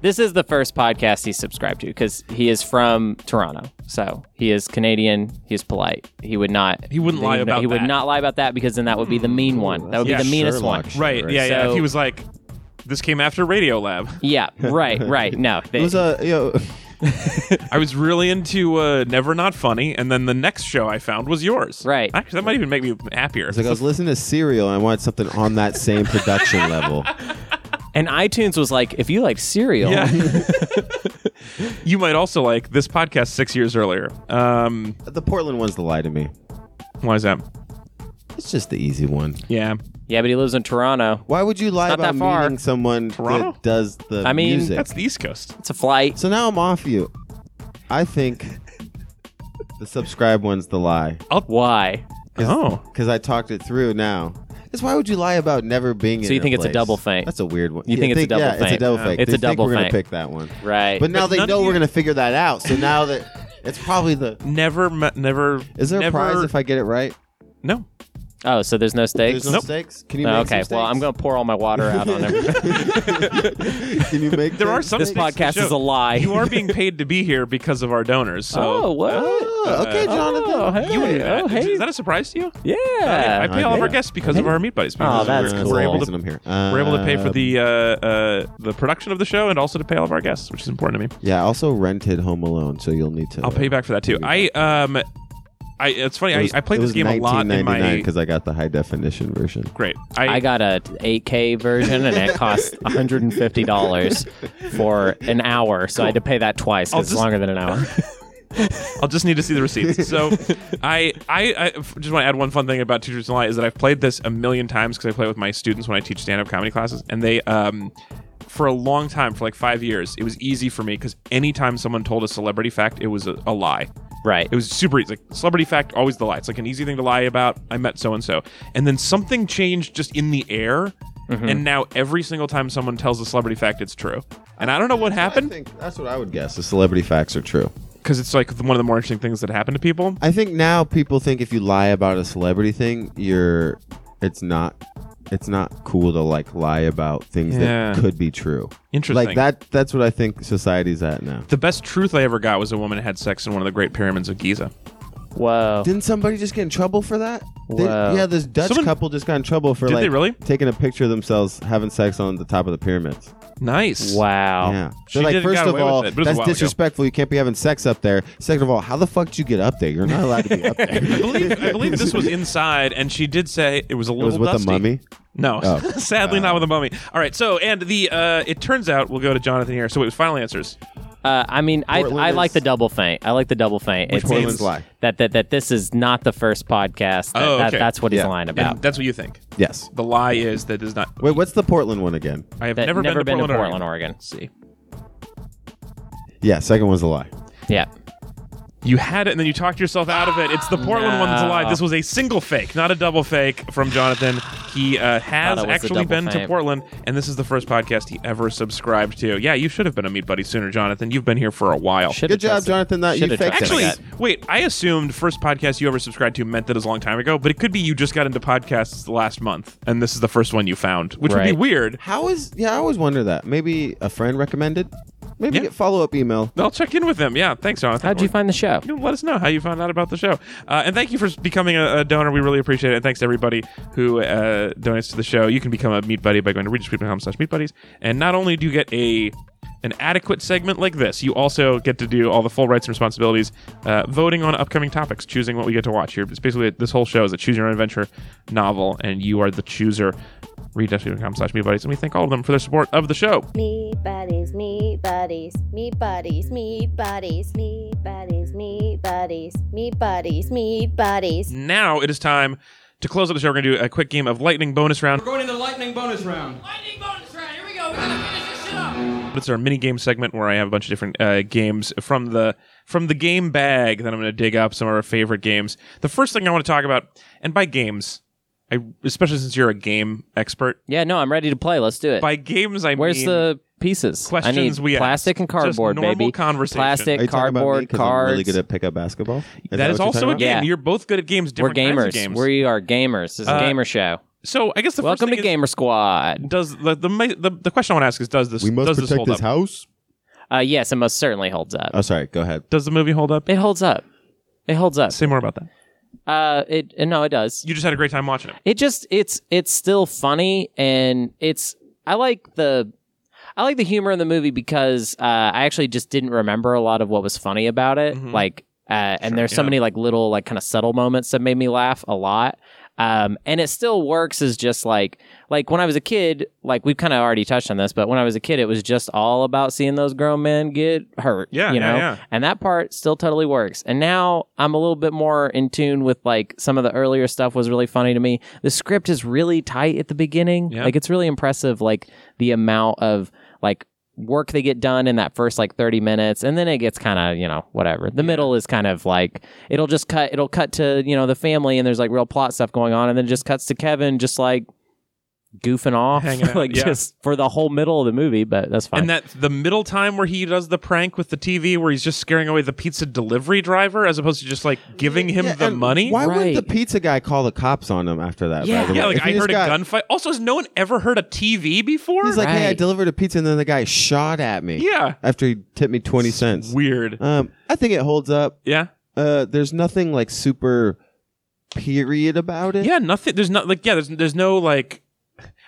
this is the first podcast he subscribed to because he is from Toronto, so he is Canadian. He's polite. He would not. He wouldn't lie about He would that. not lie about that because then that would be the mean one. That would Yeah, be the meanest Sherlock one. shit, Right, Yeah. yeah. So- If he was like, this came after Radio Lab. Yeah. Right. Right. No. It They, was uh, a yo. I was really into uh, Never Not Funny, and then the next show I found was yours. Right. Actually, that might even make me happier. It's like I was listening to Serial and I wanted something on that same production level. and iTunes was like, if you like cereal, yeah. you might also like this podcast six years earlier. Um, The Portland one's the lie to me. why is that? It's just the easy one. Yeah. yeah, but he lives in Toronto. Why would you lie not that about far. meeting someone Toronto? that does the I mean, music? That's the East Coast. It's a flight. So now I'm off you. I think the subscribe one's the lie Why? Oh. because I talked it through now. Because why would you lie about never being in you a think it's a place? double feint. That's a weird one. You think it's a double yeah, It's a feint. double Yeah. fake. It's a double we're gonna feint. pick that one. Right. But now Eh, But they none know of we're you- gonna figure that out. So now that it's probably the Never met. Never. is there never, a prize if I get it right? No. oh, so there's no stakes. There's no stakes. Can you Oh, make okay. some Well, I'm stakes? going to pour all my water out on everything. Can you make? There are stakes? some this stakes to the podcast show. is a lie. you are being paid to be here because of our donors. So oh, what? Uh, Oh, okay, Jonathan. Oh, hey. you wouldn't do that. oh, hey. Is that a surprise to you? I, I yeah. pay all of our Yeah. guests because of our meat buddies. Oh, because that's we're, cool. We're able Reason to. I'm here. We're able to pay for Um, the uh, uh, the production of the show and also to pay all of our guests, which is important to me. Yeah, I also rented Home Alone, so you'll need to. I'll pay back for that too. I um, I it's funny. It was- I, I played it this was game a lot in my because I got the high definition version. great. I got a 8K version and it cost $150 for an hour. So I had to pay that twice 'cause I'll it's just- longer than an hour. I'll just need to see the receipts. So, I, I I f- just want to add one fun thing about Teachers in Lie is that I've played this a million times because I play it with my students when I teach stand up comedy classes, and they um. For a long time, for like five years, it was easy for me because anytime someone told a celebrity fact, it was a, a lie. Right. It was super easy. Like, celebrity fact, always the lie. It's like an easy thing to lie about. I met so and so. And then something changed just in the air. And now every single time someone tells a celebrity fact, it's true. And I don't know what I happened think that's what I would guess. The celebrity facts are true. because it's like one of the more interesting things that happened to people. I think now people think if you lie about a celebrity thing, you're it's not it's not cool to like lie about things Yeah. that could be true. Interesting. Like that that's what I think society's at now. The best truth I ever got was a woman had sex in one of the great pyramids of Giza. Whoa. Didn't somebody just get in trouble for that? They- Wow. yeah, this Dutch Someone- couple just got in trouble for Did like they really? taking a picture of themselves having sex on the top of the pyramids. Nice. wow. Yeah. Oh. She They're like, didn't first got of away with all, it, but it was a that's while ago. disrespectful. You can't be having sex up there. Second of all, how the fuck did you get up there? You're not allowed to be up there. I believe, I believe this was inside, and she did say it was a it little was with dusty. a mummy. No, Oh. sadly not with a mummy. All right, so and the uh, it turns out we'll go to Jonathan here. So it was final answers. Uh, I mean, I, Portland I is- like the double feint. I like the double feint. Which it Portland's means lie? That, that that this is not the first podcast. That, Oh, that- okay. that's what he's Yeah. lying And about. that's what you think. Yes. The lie is that is not. Wait, what's the Portland one again? I have That- never, never been to Portland, Portland, Oregon. Oregon. See, Yeah, second one's a lie. Yeah. you had it, and then you talked yourself out of it. It's the Portland one that's a lie. No. This was a single fake, not a double fake from Jonathan. He uh, has Thought it was a actually double been to fake. Portland, and this is the first podcast he ever subscribed to. Yeah, you should have been a meat buddy sooner, Jonathan. You've been here for a while. Should've Good job, trusted- Jonathan. That you should've faked trusted it. Actually, that. wait. I assumed first podcast you ever subscribed to meant that it was a long time ago, but it could be you just got into podcasts last month, and this is the first one you found, which would be Right. weird. How is? Yeah, I always wonder that. Maybe a friend recommended. Maybe Yeah. get follow up email. I'll check in with him. Yeah, thanks, Jonathan. How'd you find the show? you know, let us know how you found out about the show. Uh, and thank you for becoming a, a donor. We really appreciate it. And thanks to everybody who uh, donates to the show. You can become a Meat Buddy by going to readjustweep.com slash Meat Buddies. And not only do you get a an adequate segment like this, you also get to do all the full rights and responsibilities, uh, voting on upcoming topics, choosing what we get to watch here. It's basically this whole show is a choose your own adventure novel, and you are the chooser. Readjustweep.com slash Meat Buddies. And we thank all of them for their support of the show. Me buddies, me buddies, me buddies, me buddies, me buddies, me buddies, me buddies, me buddies. Now it is time to close up the show. We're going to do a quick game of lightning bonus round. We're going into lightning bonus round. Lightning bonus round. Here we go. We're gonna finish this shit up. But it's our mini game segment where I have a bunch of different uh, games from the from the game bag that I'm going to dig up some of our favorite games. The first thing I want to talk about, and by games, I especially since you're a game expert, Yeah, no, I'm ready to play. Let's do it. by games I Where's mean the pieces? questions I need we asked. plastic and Just cardboard, normal baby. conversation. Plastic, Are you talking about me? cardboard, 'Cause cards. I'm really good at pickup basketball. Is that what is you're also a talking game. Yeah. You're both good at games. We're Different kinds of gamers. games. We are gamers. This is a gamer show. so I guess the Welcome first to thing is, Gamer Squad. does the, the ma- the the question I want to ask is does this about? We must does this protect hold this up? house. Uh, yes, it most certainly holds up. Oh, sorry. Go ahead. Does the movie hold up? It holds up. It holds up. Say more about that. Uh, it no, it does. You just had a great time watching it. It just it's it's still funny and it's I like the I like the humor in the movie because uh, I actually just didn't remember a lot of what was funny about it. Like, uh, and there's so Mm-hmm. yeah. many like little like kind of subtle moments that made me laugh a lot. Um, and it still works as just like like when I was a kid. Like we've kind of already touched on this, but when I was a kid, it was just all about seeing those grown men get hurt. Yeah, you yeah, know, yeah. and that part still totally works. And now I'm a little bit more in tune with like some of the earlier stuff was really funny to me. The script is really tight at the beginning. Yeah. Like it's really impressive like the amount of like work they get done in that first like 30 minutes and then it gets kind of, you know, whatever. The middle is kind of like it'll just cut it'll cut to, you know, the family and there's like real plot stuff going on and then it just cuts to Kevin just like goofing off Hanging out, like yeah. just for the whole middle of the movie, but that's fine. And that the middle time where he does the prank with the TV, where he's just scaring away the pizza delivery driver, as opposed to just like giving him Yeah, the and money. Why wouldn't the Right. pizza guy call the cops on him after that? Yeah. by the way? Yeah, like If he I just heard got- a gunfight. Also, has no one ever heard a TV before? He's like, hey, I Right. delivered a pizza, and then the guy shot at me. Yeah. After he tipped me twenty cents. weird. Um, I think it holds up. yeah. Uh, there's nothing like super period about it. Yeah, nothing. There's not like yeah. There's there's no like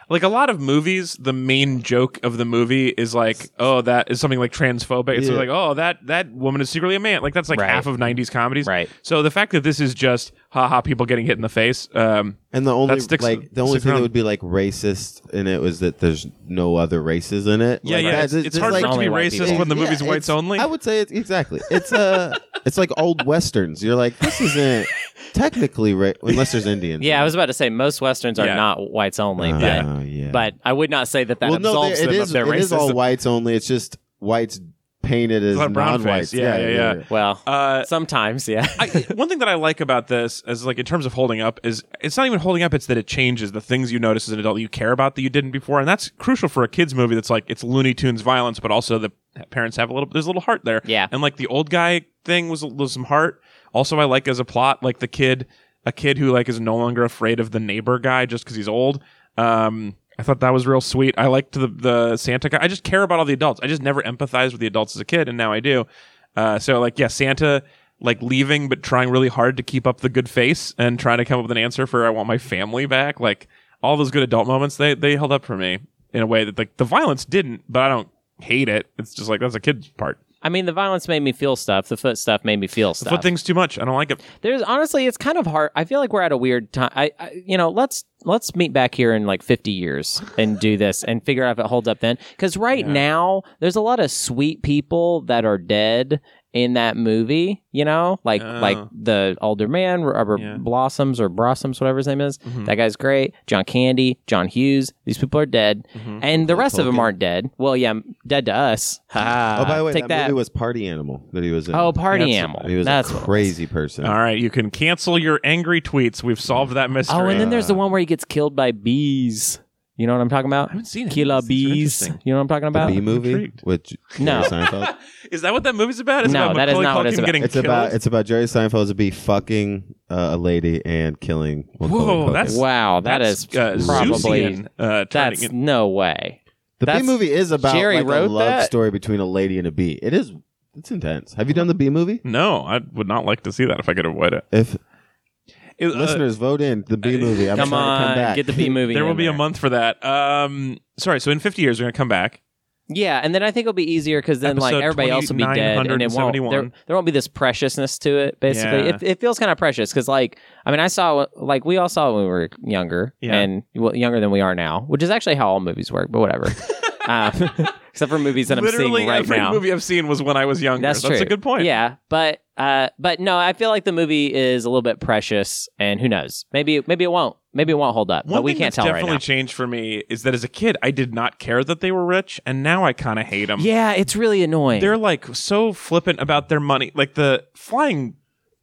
like a lot of movies. The main joke of the movie is like oh that is something like transphobic. It's Yeah. like oh that that woman is secretly a man. Like that's like Right. half of '90s comedies. Right. So the fact that this is just haha people getting hit in the face. Um, And the only That sticks- like the only sticks thing around. that would be like racist in it was that there's no other races in it. yeah, Like, yeah. that- It's, this- it's this hard is for it like- to be Only white racist people. when the Yeah, movie's whites it's- only. I would say it's exactly. It's uh It's like old westerns. You're like, this isn't technically right, unless there's Indians. Yeah, I was about to say most westerns are Yeah. not whites only, Uh, but yeah. but I would not say that that well, no, absolves there- it them is. of their it is all racism. whites only. It's just whites painted as Like brown face. non-whites. Yeah, yeah, yeah. well, Uh, sometimes, yeah. I, one thing that I like about this is like in terms of holding up is it's not even holding up. It's that it changes the things you notice as an adult you care about that you didn't before, and that's crucial for a kids movie. That's like it's Looney Tunes violence, but also the parents have a little. There's a little heart there. Yeah. and like the old guy thing was, was some heart. Also, I like as a plot like the kid, a kid who like is no longer afraid of the neighbor guy just because he's old. Um. I thought that was real sweet. I liked the the Santa guy. I just care about all the adults. I just never empathized with the adults as a kid, and now I do. Uh, so like, yeah, Santa like leaving, but trying really hard to keep up the good face and trying to come up with an answer for I want my family back. Like all those good adult moments, they they held up for me in a way that like the violence didn't, but I don't hate it. It's just like that's a kid part. I mean, the violence made me feel stuff. The foot stuff made me feel The stuff. foot thing's too much. I don't like it. There's honestly, it's kind of hard. I feel like we're at a weird time. I, I, you know, let's let's meet back here in like 50 years and do this and figure out if it holds up then. Because right now, there's a lot of sweet people that are dead in that movie. You know, like Oh. like the older man, Robert Yeah. Blossoms or Blossoms, whatever his name is. Mm-hmm. That guy's great. John Candy, John Hughes. These people are dead, Mm-hmm. and the rest of them Tolkien. aren't dead. Well, yeah, dead to us. Ha. Oh, by the way, Uh, take that, that. movie was Party Animal that he was in. oh, party That's- animal. he was That's a what it crazy person. All right, you can cancel your angry tweets. We've solved that mystery. Oh, and then there's the one where he gets killed by bees. You know what I'm talking about? I haven't seen it. These Killer things are bees. interesting. You know what I'm talking The about? B movie Intrigued. with J- No. Jerry Seinfeld. is that what that movie's about? It's No, about that is Macaulay not what Culkin it's about. getting It's killed? about it's about Jerry Seinfeld as a bee fucking uh, a lady and killing. Macaulay Whoa, Culkin. that's- wow, that is uh, probably Zeusian, uh, turning that's it- no way. the bee that's- movie is about Jerry like, wrote a love that? story between a lady and a bee. It is. It's intense. Have you done the bee movie? No, I would not like to see that if I could avoid it. If It- uh, listeners vote in the B movie, I'm come trying on, to come back. get the B movie. there will in be a month for that. Um, sorry. So in 50 years, we're gonna come back. Yeah, and then I think it'll be easier because then like Episode everybody else will be dead, and it won't. 2971. There, there won't be this preciousness to it. Basically, Yeah. it, it feels kind of precious because like I mean I saw like we all saw when we were younger Yeah. and well, younger than we are now, which is actually how all movies work. But whatever, um, except for movies that I'm Literally seeing right every now. movie I've seen was when I was younger. That's so That's a true. good point. Yeah, but uh, but no, I feel like the movie is a little bit precious, and who knows? Maybe maybe it won't. Maybe it won't hold up. One but we thing can't that's tell right definitely now. changed for me is that as a kid, I did not care that they were rich, and now I kind of hate them. yeah, it's really annoying. They're like so flippant about their money. Like the flying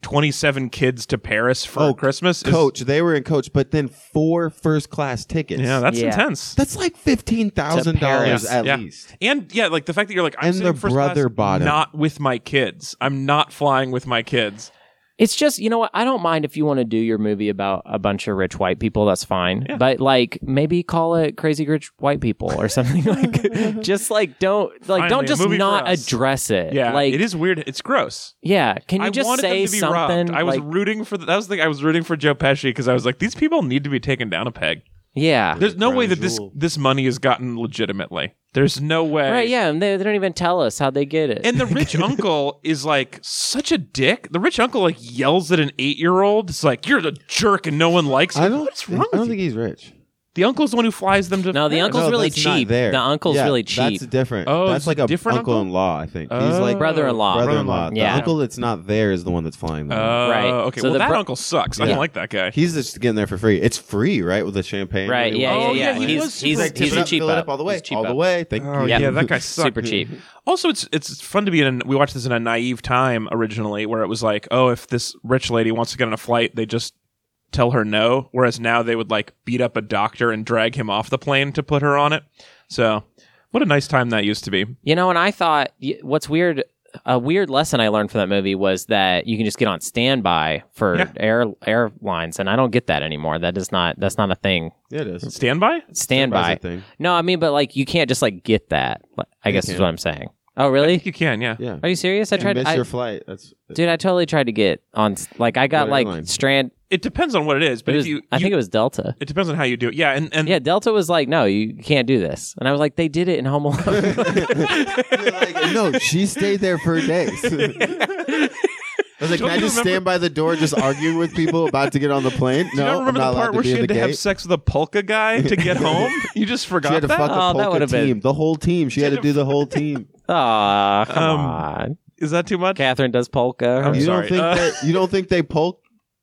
27 kids to Paris for Oh, Christmas. is- coach. They were in coach, but then four first class tickets. yeah, that's Yeah. intense. that's like fifteen thousand dollars Paris. at Yeah. least. and yeah, like the fact that you're like, I'm And sitting their first brother class, bought 'em. not with my kids. I'm not flying with my kids. It's just you know what? I don't mind if you want to do your movie about a bunch of rich white people. That's fine. But like maybe call it Crazy Rich White People or something like. Just like don't like Finally, don't a just movie for not us. address it. Yeah, like it is weird. It's gross. Yeah, can you I just wanted say them to be something? robbed. I was like- rooting for the, that was the thing. I was rooting for Joe Pesci because I was like, these people need to be taken down a peg. yeah. There's no way that this Jewel. this money is gotten legitimately. There's no way. Right, yeah, and they, they don't even tell us how they get it. And the rich uncle is like such a dick. The rich uncle like yells at an eight year old. It's like you're the jerk and no one likes you. I don't. What's wrong I don't with you? think he's rich. The uncle's the one who flies them to. No, the Paris. uncle's really that's not cheap. There. The uncle's Yeah, really cheap. Oh. That's different. Oh, that's it's like a a different uncle? uncle-in-law. I think he's like Brother-in-law. brother-in-law. The Yeah. uncle that's not there is the one that's flying. Oh, Them. Right. Okay. So well, the that bro- uncle sucks. I Yeah. don't like that guy. he's just getting there for free. It's free, right? With the champagne. Right, and yeah, everything. Oh, yeah, yeah, yeah. he he's was he's, super Like, he's fill it a up- cheap fill it up up. all the way, He's cheap all the up. way. Thank Oh, you. yeah, Yeah. that guy sucked. Super cheap. Also, it's it's fun to be in. We watched this in a naive time originally, where it was like, oh, if this rich lady wants to get on a flight, they just tell her no. Whereas now they would like beat up a doctor and drag him off the plane to put her on it. So, what a nice time that used to be. You know, and I thought y- what's weird, a weird lesson I learned from that movie was that you can just get on standby for Yeah. air airlines, and I don't get that anymore. That is not that's not a thing. Yeah, it is. Standby. Standby. Standby's a thing. No, I mean, but like you can't just like get that. Like, I guess is can. what I'm saying. Oh, really? You can, yeah. Yeah. Are you serious? I You tried. miss I, your flight. That's dude, I totally tried to get on. s- Like I got What like airline? strand. It depends on what it is, It but was, if you, I think you- Mm-hmm. it was Delta. it depends on how you do it. Yeah, and and Yeah, Delta was like, no, you can't do this, and I was like, they did it in Home Alone. Um, no, she stayed there for days. I was like, Don't can I you just remember- stand by the door, just arguing with people about to get on the plane? you no, don't remember I'm not the allowed part to where be she in had the to have gate. sex with a polka guy to get home? You just forgot She had to that. fuck a Oh, that polka would've team. been- The whole team. She had to had do the whole team. Aw, Um, come on. Is that too much? Catherine does polka. I'm you sorry. don't think Uh, that, you don't think they poke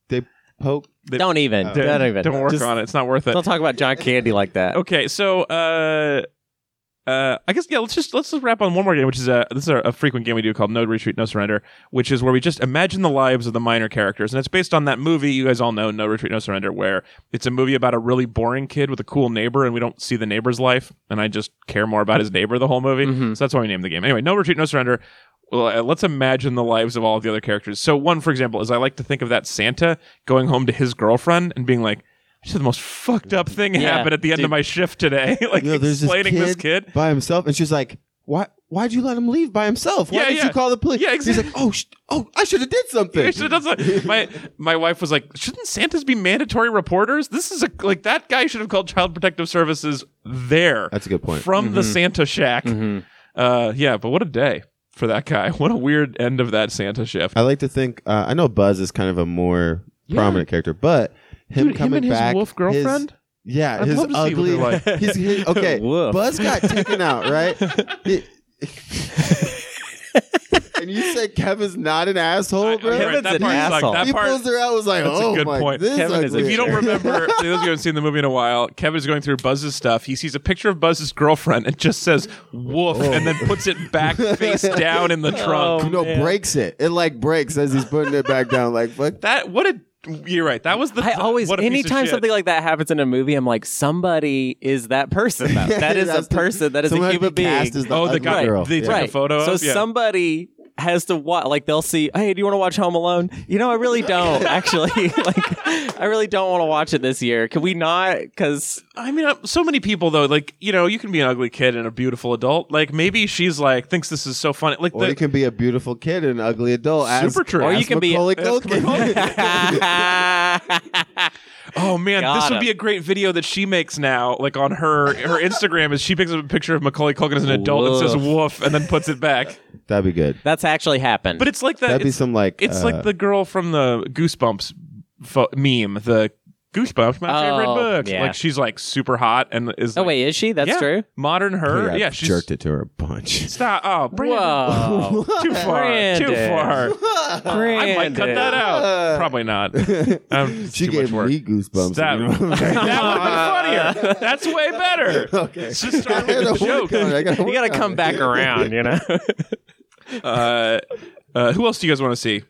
they poke don't even. Oh. don't even. Don't work Just- on it. It's not worth it. Don't talk about John Candy like that. Okay, so uh, uh, I guess yeah. Let's just let's just wrap on one more game, which is a this is a, a frequent game we do called No Retreat, No Surrender, which is where we just imagine the lives of the minor characters, and it's based on that movie you guys all know, No Retreat, No Surrender, where it's a movie about a really boring kid with a cool neighbor, and we don't see the neighbor's life, and I just care more about his neighbor the whole movie. Mm-hmm. Mhm. So that's why we named the game. Anyway, No Retreat, No Surrender. Well, uh, let's imagine the lives of all the other characters. So one, for example, is I like to think of that Santa going home to his girlfriend and being like. This is the most fucked up thing Yeah. happened at the end of Dude, my my shift today, like you know, there's this explaining kid, this kid. by himself, and she's like, "Why? Why'd you let him leave by himself? Why Yeah, did yeah. you call the police?" Yeah, He's like, "Oh, sh- oh, I should have did something." I should've done something. my my wife was like, "Shouldn't Santas be mandatory reporters? This is a like that guy should have called Child Protective Services there. That's a good point. from the Mm-hmm. Santa shack. Uh, yeah, but what a day for that guy. What a weird end of that Santa shift. I like to think. Uh, I know Buzz is kind of a more prominent character, but him Dude, him coming and his back, wolf girlfriend? yeah, I'd his love to see what ugly. they're like. his, his- okay, Woof. Buzz got taken out, right? It- and you said Kevin's not an asshole, bro. You're right, Kevin's that an part sucked. asshole. That he part- pulls her out. Was like, That's a "Oh good my, point. this Kevin is a ugly." If you don't remember, for those of you who haven't seen the movie in a while, Kevin is going through Buzz's stuff. He sees a picture of Buzz's girlfriend and just says "woof" and then puts it back face down in the Oh, trunk. no, breaks it. It like breaks as he's putting it back down. Like, fuck That what a you're right. That was the I always, what a piece of anytime shit. something like that happens in a movie, I'm like, somebody is that person. Though. That is a That's the- person. That is someone a had to human be being. cast as the Oh, the ugly guy- girl. they took a photo so of? Yeah. somebody has to watch. Like they'll see, hey, do you want to watch Home Alone? You know, I really don't actually. like, I really don't want to watch it this year. Can we not? Because I mean, uh, so many people though. Like you know, you can be an ugly kid and a beautiful adult. Like maybe she's like thinks this is so funny. Like Or the, you can be a beautiful kid and an ugly adult. As, Super true. Or you as can be- Macaulay as Culkin. Macaulay oh man, Got this would him. be a great video that she makes now. Like on her her Instagram is she picks up a picture of Macaulay Culkin as an adult and says "woof" and then puts it back. That'd be good. that's actually happened. But it's like that. That'd be it's- some like. It's uh, like the girl from the Goosebumps fo- meme, the Goosebumps, my Oh, favorite book. yeah. Like she's like super hot and is. oh like- wait, is she? That's yeah, true. Modern her, er, yeah, she's jerked it to her a bunch. Stop! Oh, Brandon, Whoa, too far, too Brandon. far. I might cut Brandon. that out. Uh. Probably not. Um, She too much gave work. me goosebumps. Stop. You know what I'm saying? That would have been funnier. That's way better. Okay. Let's just start I gotta with the work joke. on it. I gotta You got to work on come it. back around, you know. Uh, uh, who else do you guys want to see?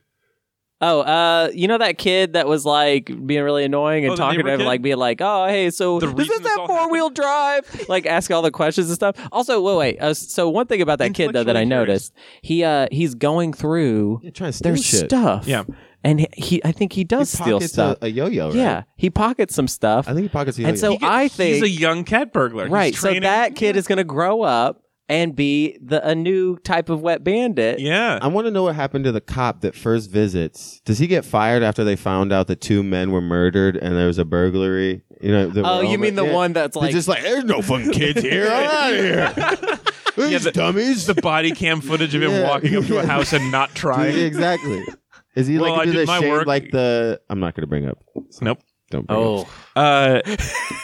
Oh, uh, you know that kid that was like being really annoying and Oh, the talking to neighbor everyone, kid? like being like, "Oh, hey, so The this reason is this that all four wheel drive," like asking all the questions and stuff. Also, wait, wait. Uh, so one thing about that kid though that I Intellectually curious. noticed, he uh, he's going through Yeah, trying to steal their shit. stuff. Yeah. and he, he, I think he does steal Pockets a, stuff. a yo-yo. Right? Yeah, he pockets some stuff. I think he pockets a yo-yo. And so I think he's a young cat burglar. He's right. So training- that kid is going to grow up and be the a new type of wet bandit. Yeah. I want to know what happened to the cop that first visits. Does he get fired after they found out that two men were murdered and there was a burglary? You know. that Oh, were you all- mean the Yeah. one that's They're like just like, there's no fucking kids here. I'm out of here. These the- dummies. The body cam footage of him Yeah. walking up to a house and not trying. exactly. Is he Well, I like do did the my shade work. like the? I'm not going to bring up. Nope. Don't bring oh. up. Uh,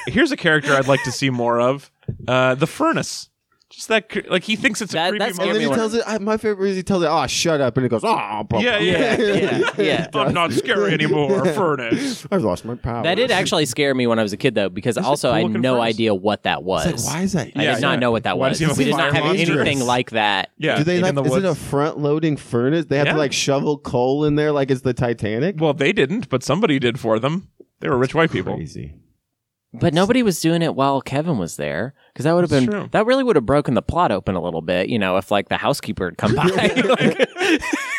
here's a character I'd like to see more of. Uh, the furnace. Just that, cre- like he thinks it's a That- creepy that's moment. And then he Everyone- tells it. I, my favorite is he tells it. Oh, shut up! And it goes. Oh, blah, Yeah, blah." yeah, yeah, yeah. I'm not scary anymore. Furnace. I've lost my power. That did actually scare me when I was a kid, though, because It's a also I had cool-looking no furnace. idea what that was. It's like, why is that? I Yeah, did not yeah. know what that Why does was. he have a We did not fire have monster? anything like that. Yeah. Do they in like? the is it a woods. front-loading furnace? They have Yeah. to like shovel coal in there, like it's the Titanic. Well, they didn't, but somebody did for them. They were rich white people. Crazy. But nobody was doing it while Kevin was there, because that would have That's been true. that really would have broken the plot open a little bit. You know, if like the housekeeper had come by. Like,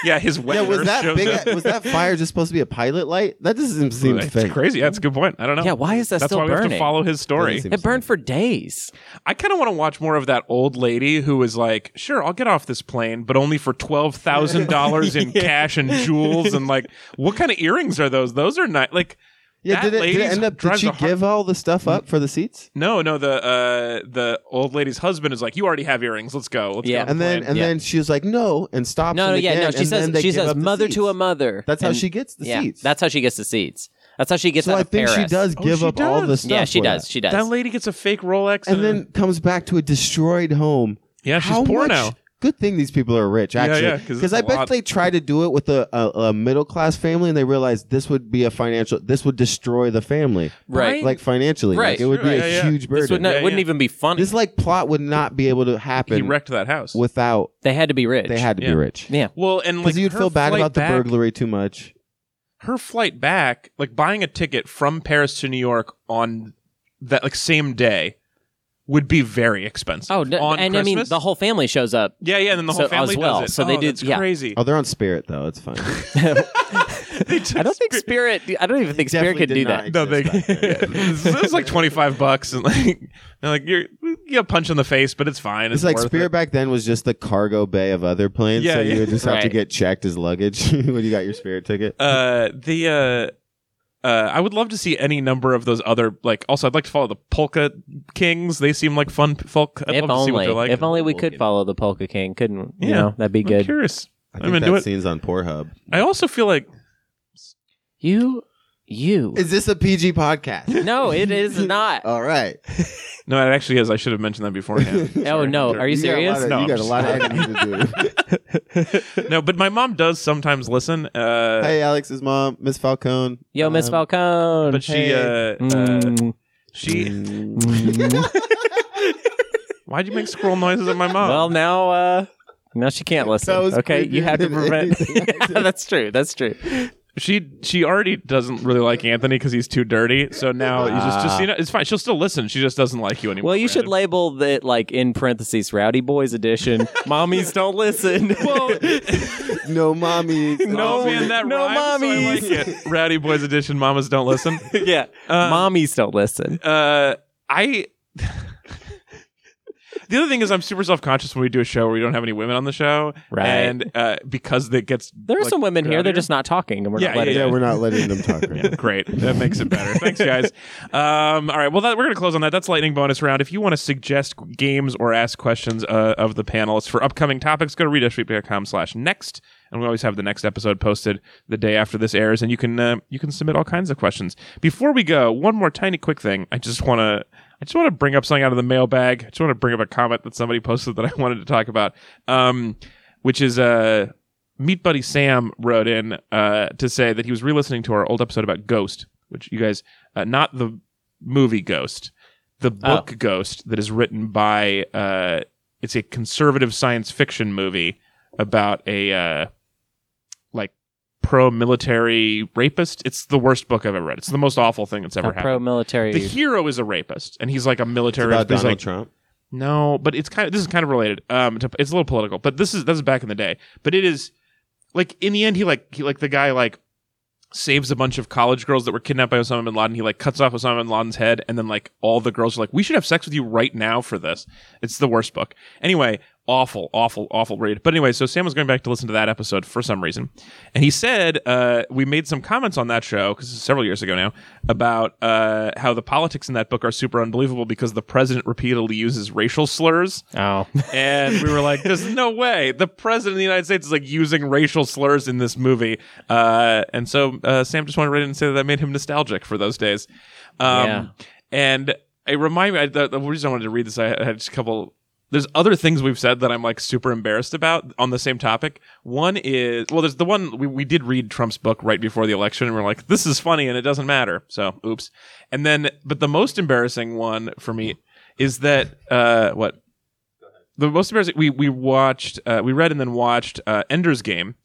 Yeah, his Yeah, weather was that shows up. big? was that fire just supposed to be a pilot light? That doesn't seem It's fake. crazy. That's a good point. I don't know. yeah, why is that That's still why we have burning? to follow his story. Doesn't seem it burned for days. I kind of want to watch more of that old lady who is like, "Sure, I'll get off this plane, but only for twelve thousand dollars in cash and jewels." And like, what kind of earrings are those? Those are not like. Yeah, that did it, did it lady's end up? Did drives she a Mm. har- give all the stuff up for the seats? No, no. The uh, the old lady's husband is like, "You already have earrings. Let's go." Let's Yeah. go on And the then plane." and Yeah. then she was like, no, and stops. No, no, him yeah, again, no. She and then says they she give says up the mother to a seats. mother. That's how And- she gets the yeah, seats. That's how she gets the seats. That's how she gets. so out I of think she Paris. does Oh, give she up all the does. stuff. Yeah, she for does. that. She does. that lady gets a fake Rolex, And then comes back to a destroyed home. yeah, she's How poor much- now. Good thing these people are rich, Yeah, actually, yeah, 'cause it's I a bet lot. they tried to do it with a, a, a middle class family, and they realized this would be a financial, this would destroy the family, Right. Like financially, Like, Right. it would be Right, a yeah, yeah. huge burden. This This, would not, Yeah, wouldn't yeah. even be funny. like plot would not be able to happen he wrecked that house. without. they had to be rich. They had to Yeah. be rich yeah. well, and because like you'd her feel bad flight about the back- burglary too much. Her flight back, like buying a ticket from Paris to New York on that like same day, would be very expensive. Oh, d- on and I mean Christmas? the whole family shows up. yeah, yeah, and then the so- whole as family well. does it. So they Oh, did- that's yeah. crazy. Oh, they're on Spirit though. It's fine. I don't think Spirit. I don't even think Spirit Definitely could did do not that. No, they, exist back then. it's, it's like twenty five bucks, and like, they're like you're you get a punch in the face, but it's fine. It's, It's like worth Spirit it. back then was just the cargo bay of other planes, Yeah, so yeah. you would just have to Right. get checked as luggage when you got your Spirit ticket. Uh, the uh, uh, I would love to see any number of those other like. Also, I'd like to follow the Polka Kings. They seem like fun p- folk. I'd If love to see what only, they're like. if only we could Vulcan. follow the Polka King, couldn't? You Yeah. know, that'd be I'm good. curious. I I'm think into that it. scene's on Pornhub. I also feel like You, you. Is this a PG podcast? no, it is not. All right. no, it actually is. I should have mentioned that beforehand. oh no, are you, serious? got a lot of- No, you got a I'm lot of editing to do. no, but my mom does sometimes listen. Uh, hey, Alex's mom, Miss Falcone. Yo, Miss Um, Falcone. but she Hey. uh, uh, Mm, she. mm. Why'd you make squirrel noises at my mom? well, now, uh, now she can't listen. was Okay, you creepier have to than prevent. anything I did. that's true. That's true. she she already doesn't really like Anthony because he's too dirty. So now you just just Ah. you know it's fine. She'll still listen. She just doesn't like you anymore. Well, you should Brandon. label it like in parentheses, "Rowdy Boys Edition." Mommies don't listen. No, mommy. Oh, No, man, that no rhymes, so I mommies. like it. Rowdy Boys Edition. Mamas don't listen. yeah, Um, mommies don't listen. Uh, I. the other thing is, I'm super self conscious when we do a show where we don't have any women on the show, Right. And uh, because that gets There are like, some women here; they're rowdier. just not talking, and we're Yeah, not letting. Yeah, we're not letting them talk. Right now. Great. That makes it better. Thanks, guys. Um, all right. Well, that, we're going to close on that. That's lightning bonus round. If you want to suggest games or ask questions uh, of the panelists for upcoming topics, go to readashweep.com slash next. And we always have the next episode posted the day after this airs, and you can uh, you can submit all kinds of questions. Before we go, one more tiny quick thing. I just want to I just want to bring up something out of the mailbag. I just want to bring up a comment that somebody posted that I wanted to talk about, um, which is uh, Meat Buddy Sam wrote in uh, to say that he was re-listening to our old episode about Ghost, which you guys, uh, not the movie Ghost, the Oh. book Ghost that is written by. Uh, it's a conservative science fiction movie about a uh, like pro-military rapist. It's the worst book I've ever read. It's the most awful thing that's ever a happened. pro-military. The hero is a rapist, and he's like a military. About he's Donald like, Trump. no, but it's kind of this is kind of related. Um, to, it's a little political, but this is this is back in the day. But it is like in the end, he like he like the guy like saves a bunch of college girls that were kidnapped by Osama bin Laden. He like cuts off Osama bin Laden's head, and then like all the girls are like, "We should have sex with you right now for this." It's the worst book. Anyway, awful, awful, awful read. But anyway, so Sam was going back to listen to that episode for some reason, and he said uh, we made some comments on that show because it's several years ago now about uh, how the politics in that book are super unbelievable because the president repeatedly uses racial slurs. oh, And we were like, there's no way. The president of the United States is like using racial slurs in this movie. Uh, and so uh, Sam just wanted to write in and say that that made him nostalgic for those days. Um, Yeah. And it reminded me, I, the, the reason I wanted to read this, I had just a couple. There's other things we've said that I'm like super embarrassed about on the same topic. One is, well, there's the one we, we did read Trump's book right before the election, and we're like, this is funny and it doesn't matter. So, oops. And then, but the most embarrassing one for me is that, uh, what? the most embarrassing we we watched uh, we read and then watched uh, Ender's Game,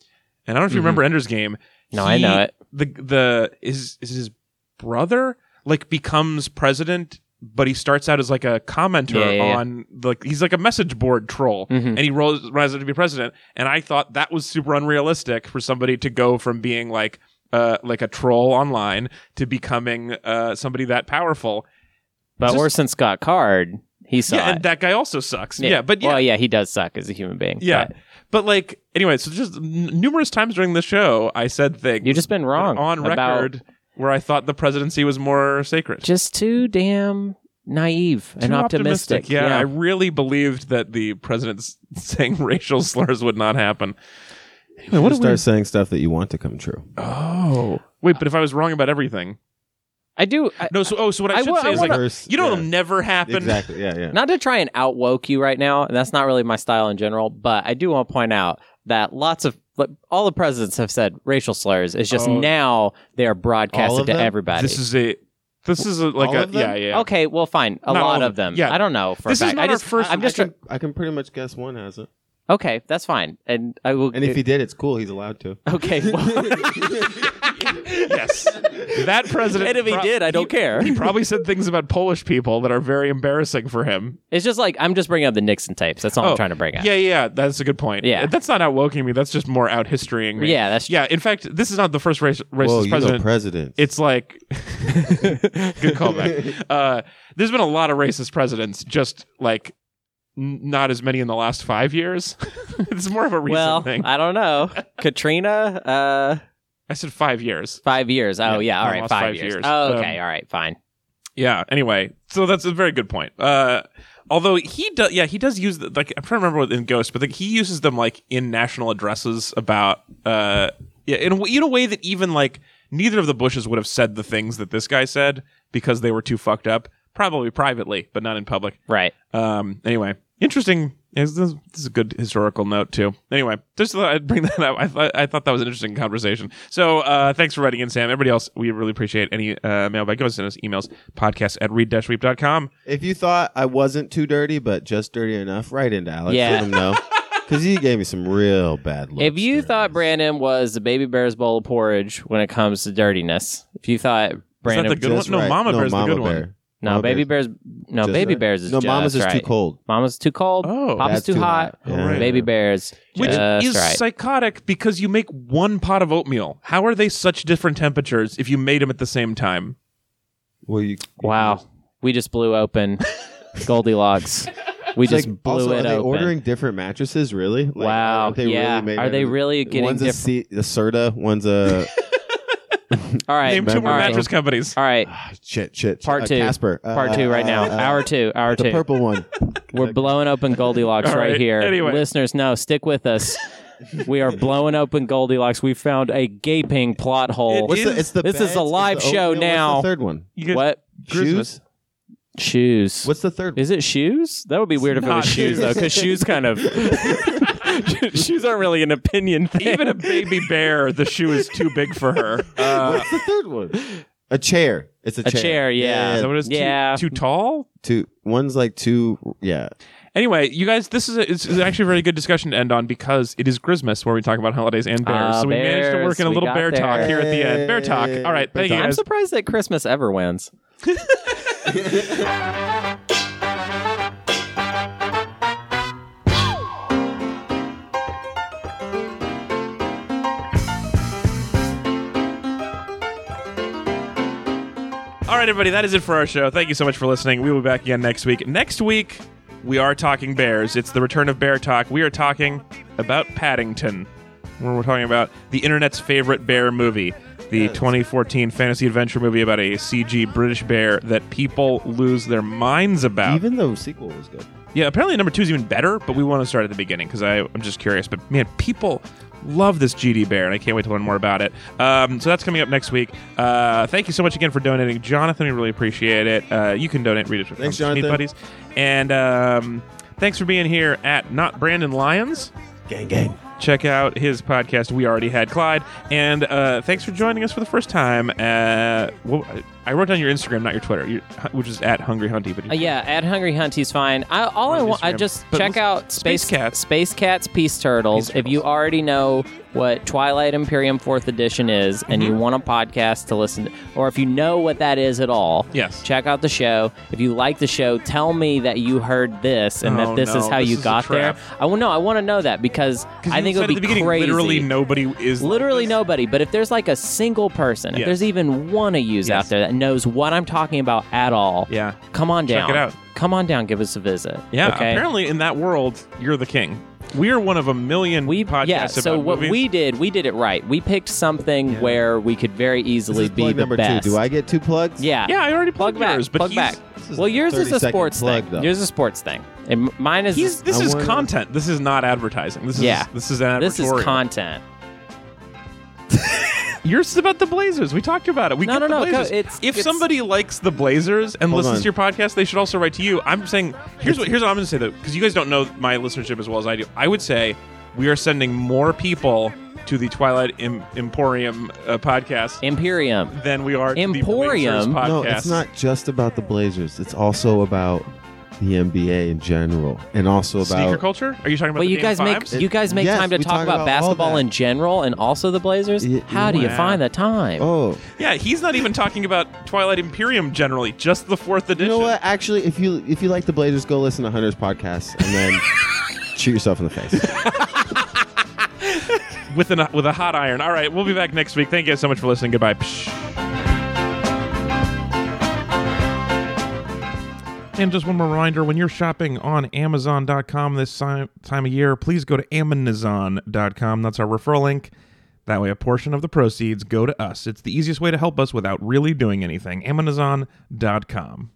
and I don't know if you remember Ender's Game. Mm-hmm. No, I know it. The the is is his brother like becomes president, but he starts out as like a commenter Yeah, yeah, Mm-hmm. yeah. on like he's like a message board troll, and he rolls rises up to be president. And I thought that was super unrealistic for somebody to go from being like. Uh, like a troll online to becoming uh, somebody that powerful. but Just- worse than Scott Card, he saw yeah, it. and that guy also sucks. Yeah, but yeah, well, yeah, he does suck as a human being. Yeah. but But, like, anyway, so just n- numerous times during the show, I said things you've just been wrong on about- record where I thought the presidency was more sacred. Just too damn naive and Too optimistic. Yeah, I really believed that the president's saying racial slurs would not happen. Anyway, what Just a start weird- saying stuff that you want to come true. Oh. Wait, but if I was wrong about everything, I do. I, No, so oh, so what I, I should wa- say I is like wanna- Curse, you know it'll yeah. never happen. Exactly. Yeah. Yeah. not to try and out woke you right now, and that's not really my style in general, but I do want to point out that lots of like, all the presidents have said racial slurs. It's just Oh. now they are All broadcasted of to them? everybody. This is a this is a, like All a of them? yeah yeah. Okay, well, fine. A Not all lot of of them. them. Yeah. I don't know. For This a is fact. not I our just, first- I'm just. try- I can, I can pretty much guess one has it, okay, that's fine, and I will. and if he did, it's cool. He's allowed to. okay, well, yes, that president. and if he pro- did, I don't care. he probably said things about Polish people that are very embarrassing for him. It's just like I'm just bringing up the Nixon tapes. That's all Oh, I'm trying to bring up. Yeah, yeah, that's a good point. Yeah. that's not out woking me. That's just more out historying me. Yeah, that's- yeah. In fact, this is not the first race, racist Whoa, you president. know presidents. it's like good callback. Uh, there's been a lot of racist presidents, just like n- not as many in the last five years. it's more of a recent Well, thing. I, I don't know. Katrina, uh, said five years. five years. Oh Yeah, yeah, all almost right, five five years. years. Oh, okay, Um, all right, fine. Yeah. Anyway, so that's a very good point. Uh, although he does, yeah, he does use the, like I'm trying to remember what in Ghost, but like he uses them like in national addresses about uh, yeah, in a, w- in a way that even like neither of the Bushes would have said the things that this guy said because they were too fucked up, probably privately, but not in public. Right. Um. Anyway, interesting. yeah, This this is a good historical note too. Anyway, just thought I'd bring that up. I thought I thought that was an interesting conversation. So, uh, thanks for writing in, Sam. Everybody else, we really appreciate any uh, mailbag. Go send us emails. Podcast at read-weep.com. If you thought I wasn't too dirty, but just dirty enough, right into Alex. Yeah. Let him know. Because he gave me some real bad looks. If you there. thought Brandon was the baby bear's bowl of porridge when it comes to dirtiness, if you thought Brandon, the good one? Just No, Mama Bear's the good one. no, Mama baby Bear's- bears, no, Just baby right. bears is no, just Mama's is right. too cold. Mama's too cold. Oh. Papa's That's too, too hot. hot. Yeah. Right. Baby bears, Which just is right. psychotic because you make one pot of oatmeal. How are they such different temperatures if you made them at the same time? Well, you wow, we just blew open Goldilocks. We It's just like, blew also, it are they open. ordering different mattresses? Really? Like, Wow, aren't yeah. made Are they every- really getting One's a diff- C- the Serta. One's a All right, Name two more all right. mattress companies. All right, Ah, shit, shit. shit. Part Uh, two. Casper. Uh, part two right uh, now. uh, hour two, hour the two. purple one. We're blowing open Goldilocks All right, right, here. anyway. Listeners, no, stick with us. we are blowing open Goldilocks. We found a gaping plot hole. It What's the, it's the This is bags, a it's live the show oatmeal, what's now. the third one. You get what Christmas. Shoes. shoes? What's the third? Is it shoes? That would be weird if it not was shoes, though, because shoes kind of shoes aren't really an opinion thing. Even a baby bear, the shoe is too big for her. Uh, What's the third one? A chair. It's a, a chair, yeah. is that yeah. what it is? Too- Yeah. too tall? Two. One's like two. Yeah. Anyway, you guys, this is, a, it's, it's actually a very good discussion to end on because it is Christmas where we talk about holidays and bears. Ah, so we managed to work bears, in a we little got bear talk there. here at the end. Bear talk. All right, Bear thank you I'm guys. surprised that Christmas ever wins. All right, everybody, that is it for our show. Thank you so much for listening. We will be back again next week. Next week, we are talking bears. It's the return of bear talk. We are talking about Paddington, where we're talking about the internet's favorite bear movie, the 2014 fantasy adventure movie about a CG British bear that people lose their minds about. Even the sequel was good. Yeah, apparently number two is even better, but we want to start at the beginning because I'm just curious. But man, people love this GD Bear, and I can't wait to learn more about it. Um, so that's coming up next week. Uh, thank you so much again for donating, Jonathan. We really appreciate it. Uh, you can donate. Read it. Thanks, Jonathan. Buddies. And um, thanks for being here at Not Brandon Lyons. Gang, gang. Check out his podcast. We already had Clyde, and uh, thanks for joining us for the first time. Uh, well, I I wrote down your Instagram, not your Twitter, your, which is at Hungry Hunty. But Uh, yeah, at Hungry Hunty's fine. I, all I On want, I Instagram. just But check listen- out Space Space, Cats. Space Cats, Peace Turtles. Peace If you Turtles. already know what Twilight Imperium Fourth Edition is, and Mm-hmm. you want a podcast to listen, to, or if you know what that is at all, Yes. check out the show. If you like the show, tell me that you heard this and Oh, that this no, is how this you is a got there. trap. I want no, I want to know that because 'Cause I you think it said at would the be beginning, crazy. Literally nobody is. Literally like this. nobody, but if there's like a single person, Yes. if there's even one of yous Yes. out there that knows what I'm talking about at all, Yeah. come on Check down. it out. Come on down, give us a visit. Yeah, Okay. apparently in that world, you're the king. We're one of a million we podcasts yeah. So about what movies. we did, we did it right. We picked something where we could very This easily is be plug the number best. two. Do I get two plugs? Yeah. Yeah, I already plugged Plug back. yours, but plug he's- back. This is Well, a yours is a 30-second sports plug, thing. though. Yours is a sports thing, and m- mine is He's, this I is wanna- content. This is not advertising. This is Yeah. this is an this is advertorial. content. Yours is about the Blazers. We talked about it. We No, get no, the no, go. Blazers. It's- if it's- somebody likes the Blazers and Hold listens on. to your podcast, they should also write to you. I'm saying here's what here's what I'm going to say though, because you guys don't know my listenership as well as I do. I would say we are sending more people to the Twilight em- Emporium uh, podcast Imperium. than we are to the Emporium? Blazers podcast. No, it's not just about the Blazers. It's also about the NBA in general, and also about sneaker culture. Are you talking about? Well, the you Dame guys make Fives? you guys make Yes, time to we talk, talk about, about all basketball that. in general and also the Blazers. Y- How do you wow. find the time? Oh, Yeah, he's not even talking about Twilight Imperium generally, just the fourth you edition. know what? Actually, if you if you like the Blazers, go listen to Hunter's podcast and then shoot yourself in the face. With an with a hot iron. All right, we'll be back next week. Thank you guys so much for listening. Goodbye. Psh. And just one more reminder when you're shopping on Amazon.com this si- time of year, please go to Amazon.com. That's our referral link. That way, a portion of the proceeds go to us. It's the easiest way to help us without really doing anything. Amazon.com.